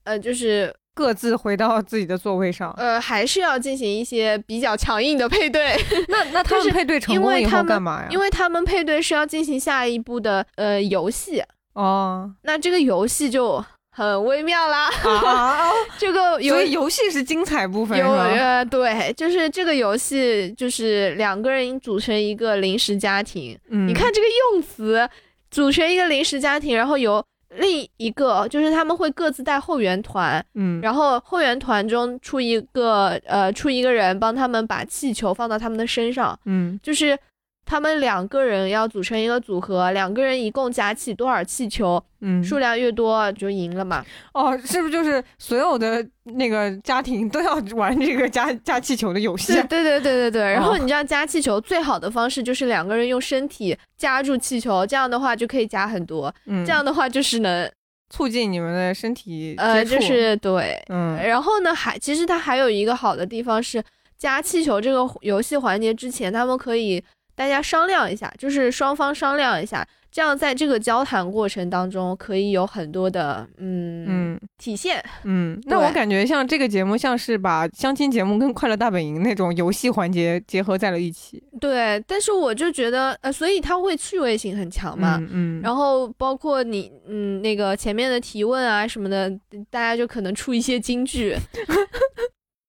S1: 呃，就是
S2: 各自回到自己的座位上。
S1: 呃，还是要进行一些比较强硬的配对，啊
S2: 那那他
S1: 就
S2: 们
S1: 是
S2: 配对成
S1: 因
S2: 功
S1: 为
S2: 以
S1: 他
S2: 后
S1: 们
S2: 干嘛呀？
S1: 因为他们配对是要进行下一步的呃游戏，
S2: 哦
S1: 那这个游戏就很微妙啦，
S2: 啊，
S1: 这个游
S2: *laughs* 所以游戏是精彩部分是
S1: 有
S2: 吧？
S1: 呃，对，就是这个游戏，就是两个人组成一个临时家庭。
S2: 嗯，
S1: 你看这个用词，组成一个临时家庭，然后由另一个，就是他们会各自带后援团，
S2: 嗯，
S1: 然后后援团中出一个呃出一个人帮他们把气球放到他们的身上，
S2: 嗯
S1: 就是他们两个人要组成一个组合，两个人一共夹起多少气球，
S2: 嗯，
S1: 数量越多就赢了嘛。
S2: 哦，是不是就是所有的那个家庭都要玩这个加加气球的游戏啊
S1: 对？对对对对对，然后
S2: 哦
S1: 你知道夹气球最好的方式就是两个人用身体夹住气球，这样的话就可以夹很多，
S2: 嗯，
S1: 这样的话就是能
S2: 促进你们的身体
S1: 呃
S2: 接
S1: 就
S2: 触
S1: 是对。
S2: 嗯
S1: 然后呢，还其实它还有一个好的地方是夹气球这个游戏环节之前，他们可以大家商量一下，就是双方商量一下，这样在这个交谈过程当中可以有很多的嗯
S2: 嗯
S1: 体现。
S2: 嗯，那我
S1: 对
S2: 感觉像这个节目像是把相亲节目跟快乐大本营那种游戏环节结合在了一起
S1: 对，但是我就觉得呃，所以它会趣味性很强嘛。
S2: 嗯嗯，后
S1: 然后包括你，嗯，那个前面的提问啊什么的，大家就可能出一些金句。 *laughs*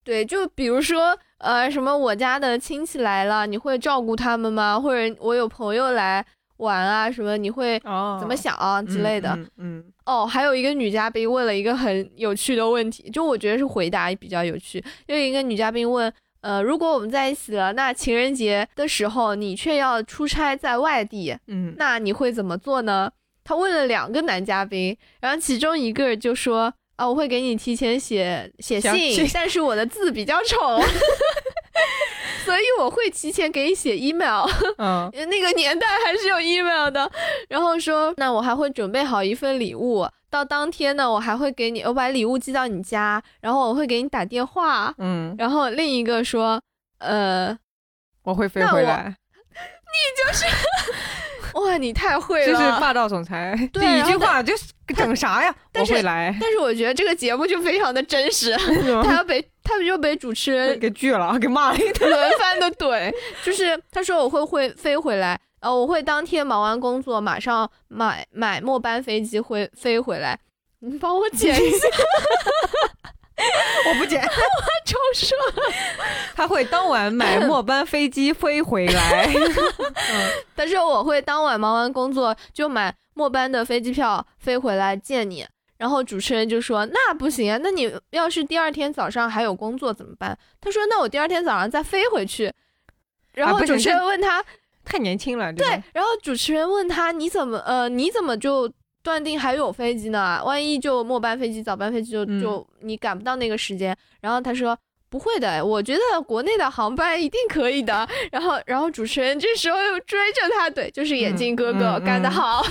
S1: 对，就比如说，呃，什么我家的亲戚来了，你会照顾他们吗？或者我有朋友来玩啊，什么你会
S2: 哦
S1: 怎么想啊、之类的。
S2: 嗯嗯嗯
S1: 哦，还有一个女嘉宾问了一个很有趣的问题，就我觉得是回答比较有趣。有一个女嘉宾问，呃，如果我们在一起了，那情人节的时候你却要出差在外地，
S2: 嗯
S1: 那你会怎么做呢？他问了两个男嘉宾，然后其中一个就说啊，我会给你提前写写
S2: 想
S1: 信
S2: 写，
S1: 但是我的字比较丑， *laughs* 所以我会提前给你写 email。
S2: 嗯
S1: 那个年代还是有 email 的。然后说，那我还会准备好一份礼物，到当天呢，我还会给你，我把礼物寄到你家，然后我会给你打电话。
S2: 嗯，
S1: 然后另一个说，呃，
S2: 我会飞
S1: 那
S2: 回
S1: 我
S2: 来，
S1: 哇，你太会
S2: 就
S1: 了，
S2: 是霸道总裁，这
S1: 对
S2: 一
S1: 然
S2: 句
S1: 后他
S2: 话就是整啥呀？
S1: 但
S2: 我
S1: 是
S2: 会来，
S1: 但是我觉得这个节目就非常的真实，
S2: *laughs*
S1: 他要被他们就被主持人
S2: 给拒了，给骂
S1: *laughs*
S2: 了一顿。
S1: 轮番的怼， *laughs* 就是他说我会会飞回来，呃，我会当天忙完工作马上
S2: *laughs*
S1: 买买末班飞机回飞回来，你帮我剪一下。
S2: 我不剪，
S1: 超帅！
S2: 他会当
S1: *laughs*
S2: 晚买末班飞机飞回来。 *laughs* 嗯
S1: 但是我会当晚忙完工作就买末班的飞机票飞回来见你。然后主持人就说：“那不行啊，那你要是第二天早上还有工作怎么办？”他说：“那我第二天早上再飞回去。”然
S2: 啊
S1: 后
S2: 不
S1: 主
S2: 行
S1: 持人问他：“
S2: 太年轻了，这个
S1: 对，然后主持人问他你怎么呃你怎么就断定还有飞机呢？万一就末班飞机、早班飞机就
S2: 嗯
S1: 就你赶不到那个时间。然后他说不会的，我觉得国内的航班一定可以的。然后然后主持人这时候又追着他怼，就是眼
S2: 嗯
S1: 镜哥哥
S2: 嗯
S1: 干得
S2: 嗯
S1: 好。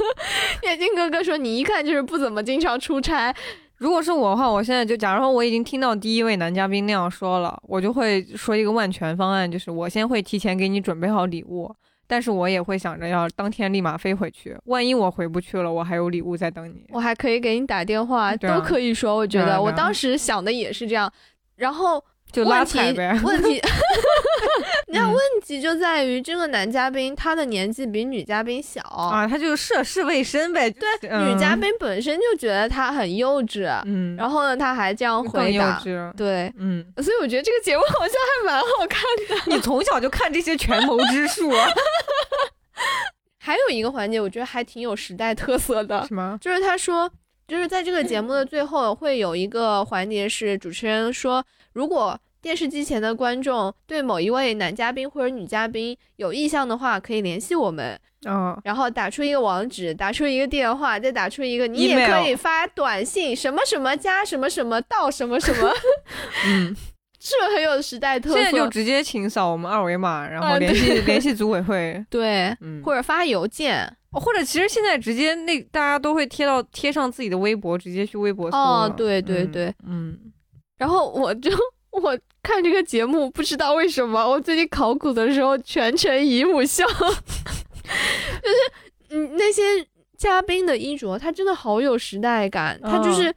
S1: *laughs* 眼镜哥哥说你一看就是不怎么经常出差，
S2: 如果是我的话，我现在就，假如说我已经听到第一位男嘉宾那样说了，我就会说一个万全方案，就是我先会提前给你准备好礼物，但是我也会想着要当天立马飞回去，万一我回不去了，我还有礼物在等你。
S1: 我还可以给你打电话，
S2: 对啊
S1: 都可以说。我觉
S2: 对啊对
S1: 得
S2: 啊
S1: 我当时想的也是这样，然后。
S2: 就拉踩呗。
S1: 问题，问
S2: *laughs*
S1: 题 *laughs* 那
S2: 嗯
S1: 问题就在于这个男嘉宾他的年纪比女嘉宾小，
S2: 啊，嗯他就是涉世未深呗。对
S1: 女嘉，宾本身就觉得他很幼稚，
S2: 嗯，
S1: 然后呢他还这样
S2: 更
S1: 回
S2: 幼
S1: 答，
S2: 稚。
S1: 对，
S2: 嗯，
S1: 所以我觉得这个节目好像还蛮好看的。 *laughs*
S2: 你从小就看这些权谋之术，啊 *laughs*
S1: 还有一个环节，我觉得还挺有时代特色的，
S2: 什么？
S1: 就是他说，就是在这个节目的最后会有一个环节是主持人说，如果电视机前的观众对某一位男嘉宾或者女嘉宾有意向的话，可以联系我们。
S2: *laughs* 嗯，
S1: 然后打出一个网址，打出一个电话，再打出一个，你也
S2: Email
S1: 可以发短信，什么什么加什么什么到什么什么， *laughs*
S2: 嗯，
S1: 是不是很有时代 *laughs* 特色？
S2: 现在就直接请扫我们二维码，然后
S1: 嗯
S2: 联
S1: 对
S2: 系联系组委会。
S1: 对，
S2: 嗯，
S1: 或者发邮件。
S2: 或者其实现在直接那大家都会贴到贴上自己的微博，直接去微博搜了。
S1: 哦，对对
S2: 嗯
S1: 对。，
S2: 嗯，
S1: 然后我就我看这个节目，不知道为什么，我最近考古的时候全程姨母笑， *laughs* 就是嗯那些嘉宾的衣着，他真的好有时代感，他
S2: 嗯
S1: 就是。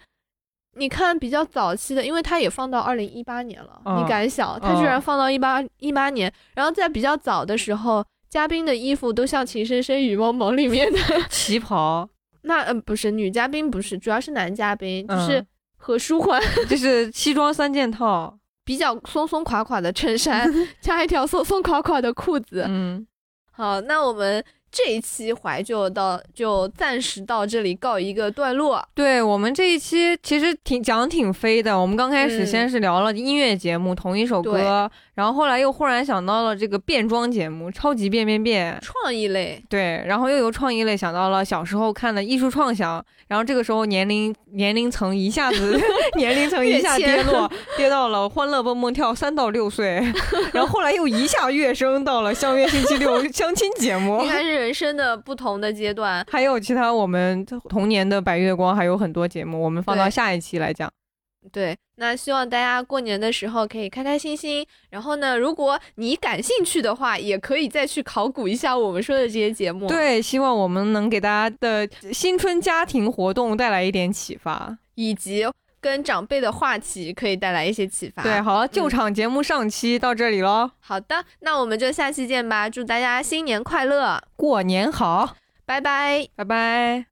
S1: 你看比较早期的，因为他也放到二零一八年了，
S2: 嗯
S1: 你敢想，他居然放到一八一八年，然后在比较早的时候，嘉宾的衣服都像《情深深雨蒙蒙》里面的， *laughs*
S2: 旗袍
S1: 那嗯、呃、不是女嘉宾不是，主要是男嘉宾， *laughs* 就是
S2: 嗯
S1: 何书桓
S2: 就是西装三件套。
S1: 比较松松垮垮的衬
S2: *laughs*
S1: 衫，加一条松松垮垮的裤子。
S2: 嗯，
S1: 好，那我们这一期怀旧到就暂时到这里告一个段落。
S2: 对我们这一期其实挺讲得挺飞的。我们刚开始
S1: 嗯
S2: 先是聊了音乐节目、同一首歌，然后后来又忽然想到了这个变装节目《超级变变变》。
S1: 创意类，
S2: 对，然后又由创意类想到了小时候看的艺术创想，然后这个时候年龄年龄层一下
S1: *laughs*
S2: 子年龄层一下
S1: 跃迁
S2: 跌落，跌到了《欢乐蹦蹦跳》三到
S1: *laughs*
S2: 六岁，然后后来又一下跃升到了《相约星期六》相亲节目
S1: 应，该是人生的不同的阶段。
S2: 还有其他我们童年的白月光，还有很多节目，我们放到
S1: 对
S2: 下一期来讲。
S1: 对，那希望大家过年的时候可以开开心心。然后呢，如果你感兴趣的话，也可以再去考古一下我们说的这些节目。，
S2: 对，希望我们能给大家的新春家庭活动带来一点启发。
S1: 以及跟长辈的话题可以带来一些启发。
S2: 对，好了，
S1: 嗯
S2: 救场节目上期到这里喽，
S1: 好的，那我们就下期见吧。祝大家新年快乐，
S2: 过年好，
S1: 拜拜。
S2: 拜拜。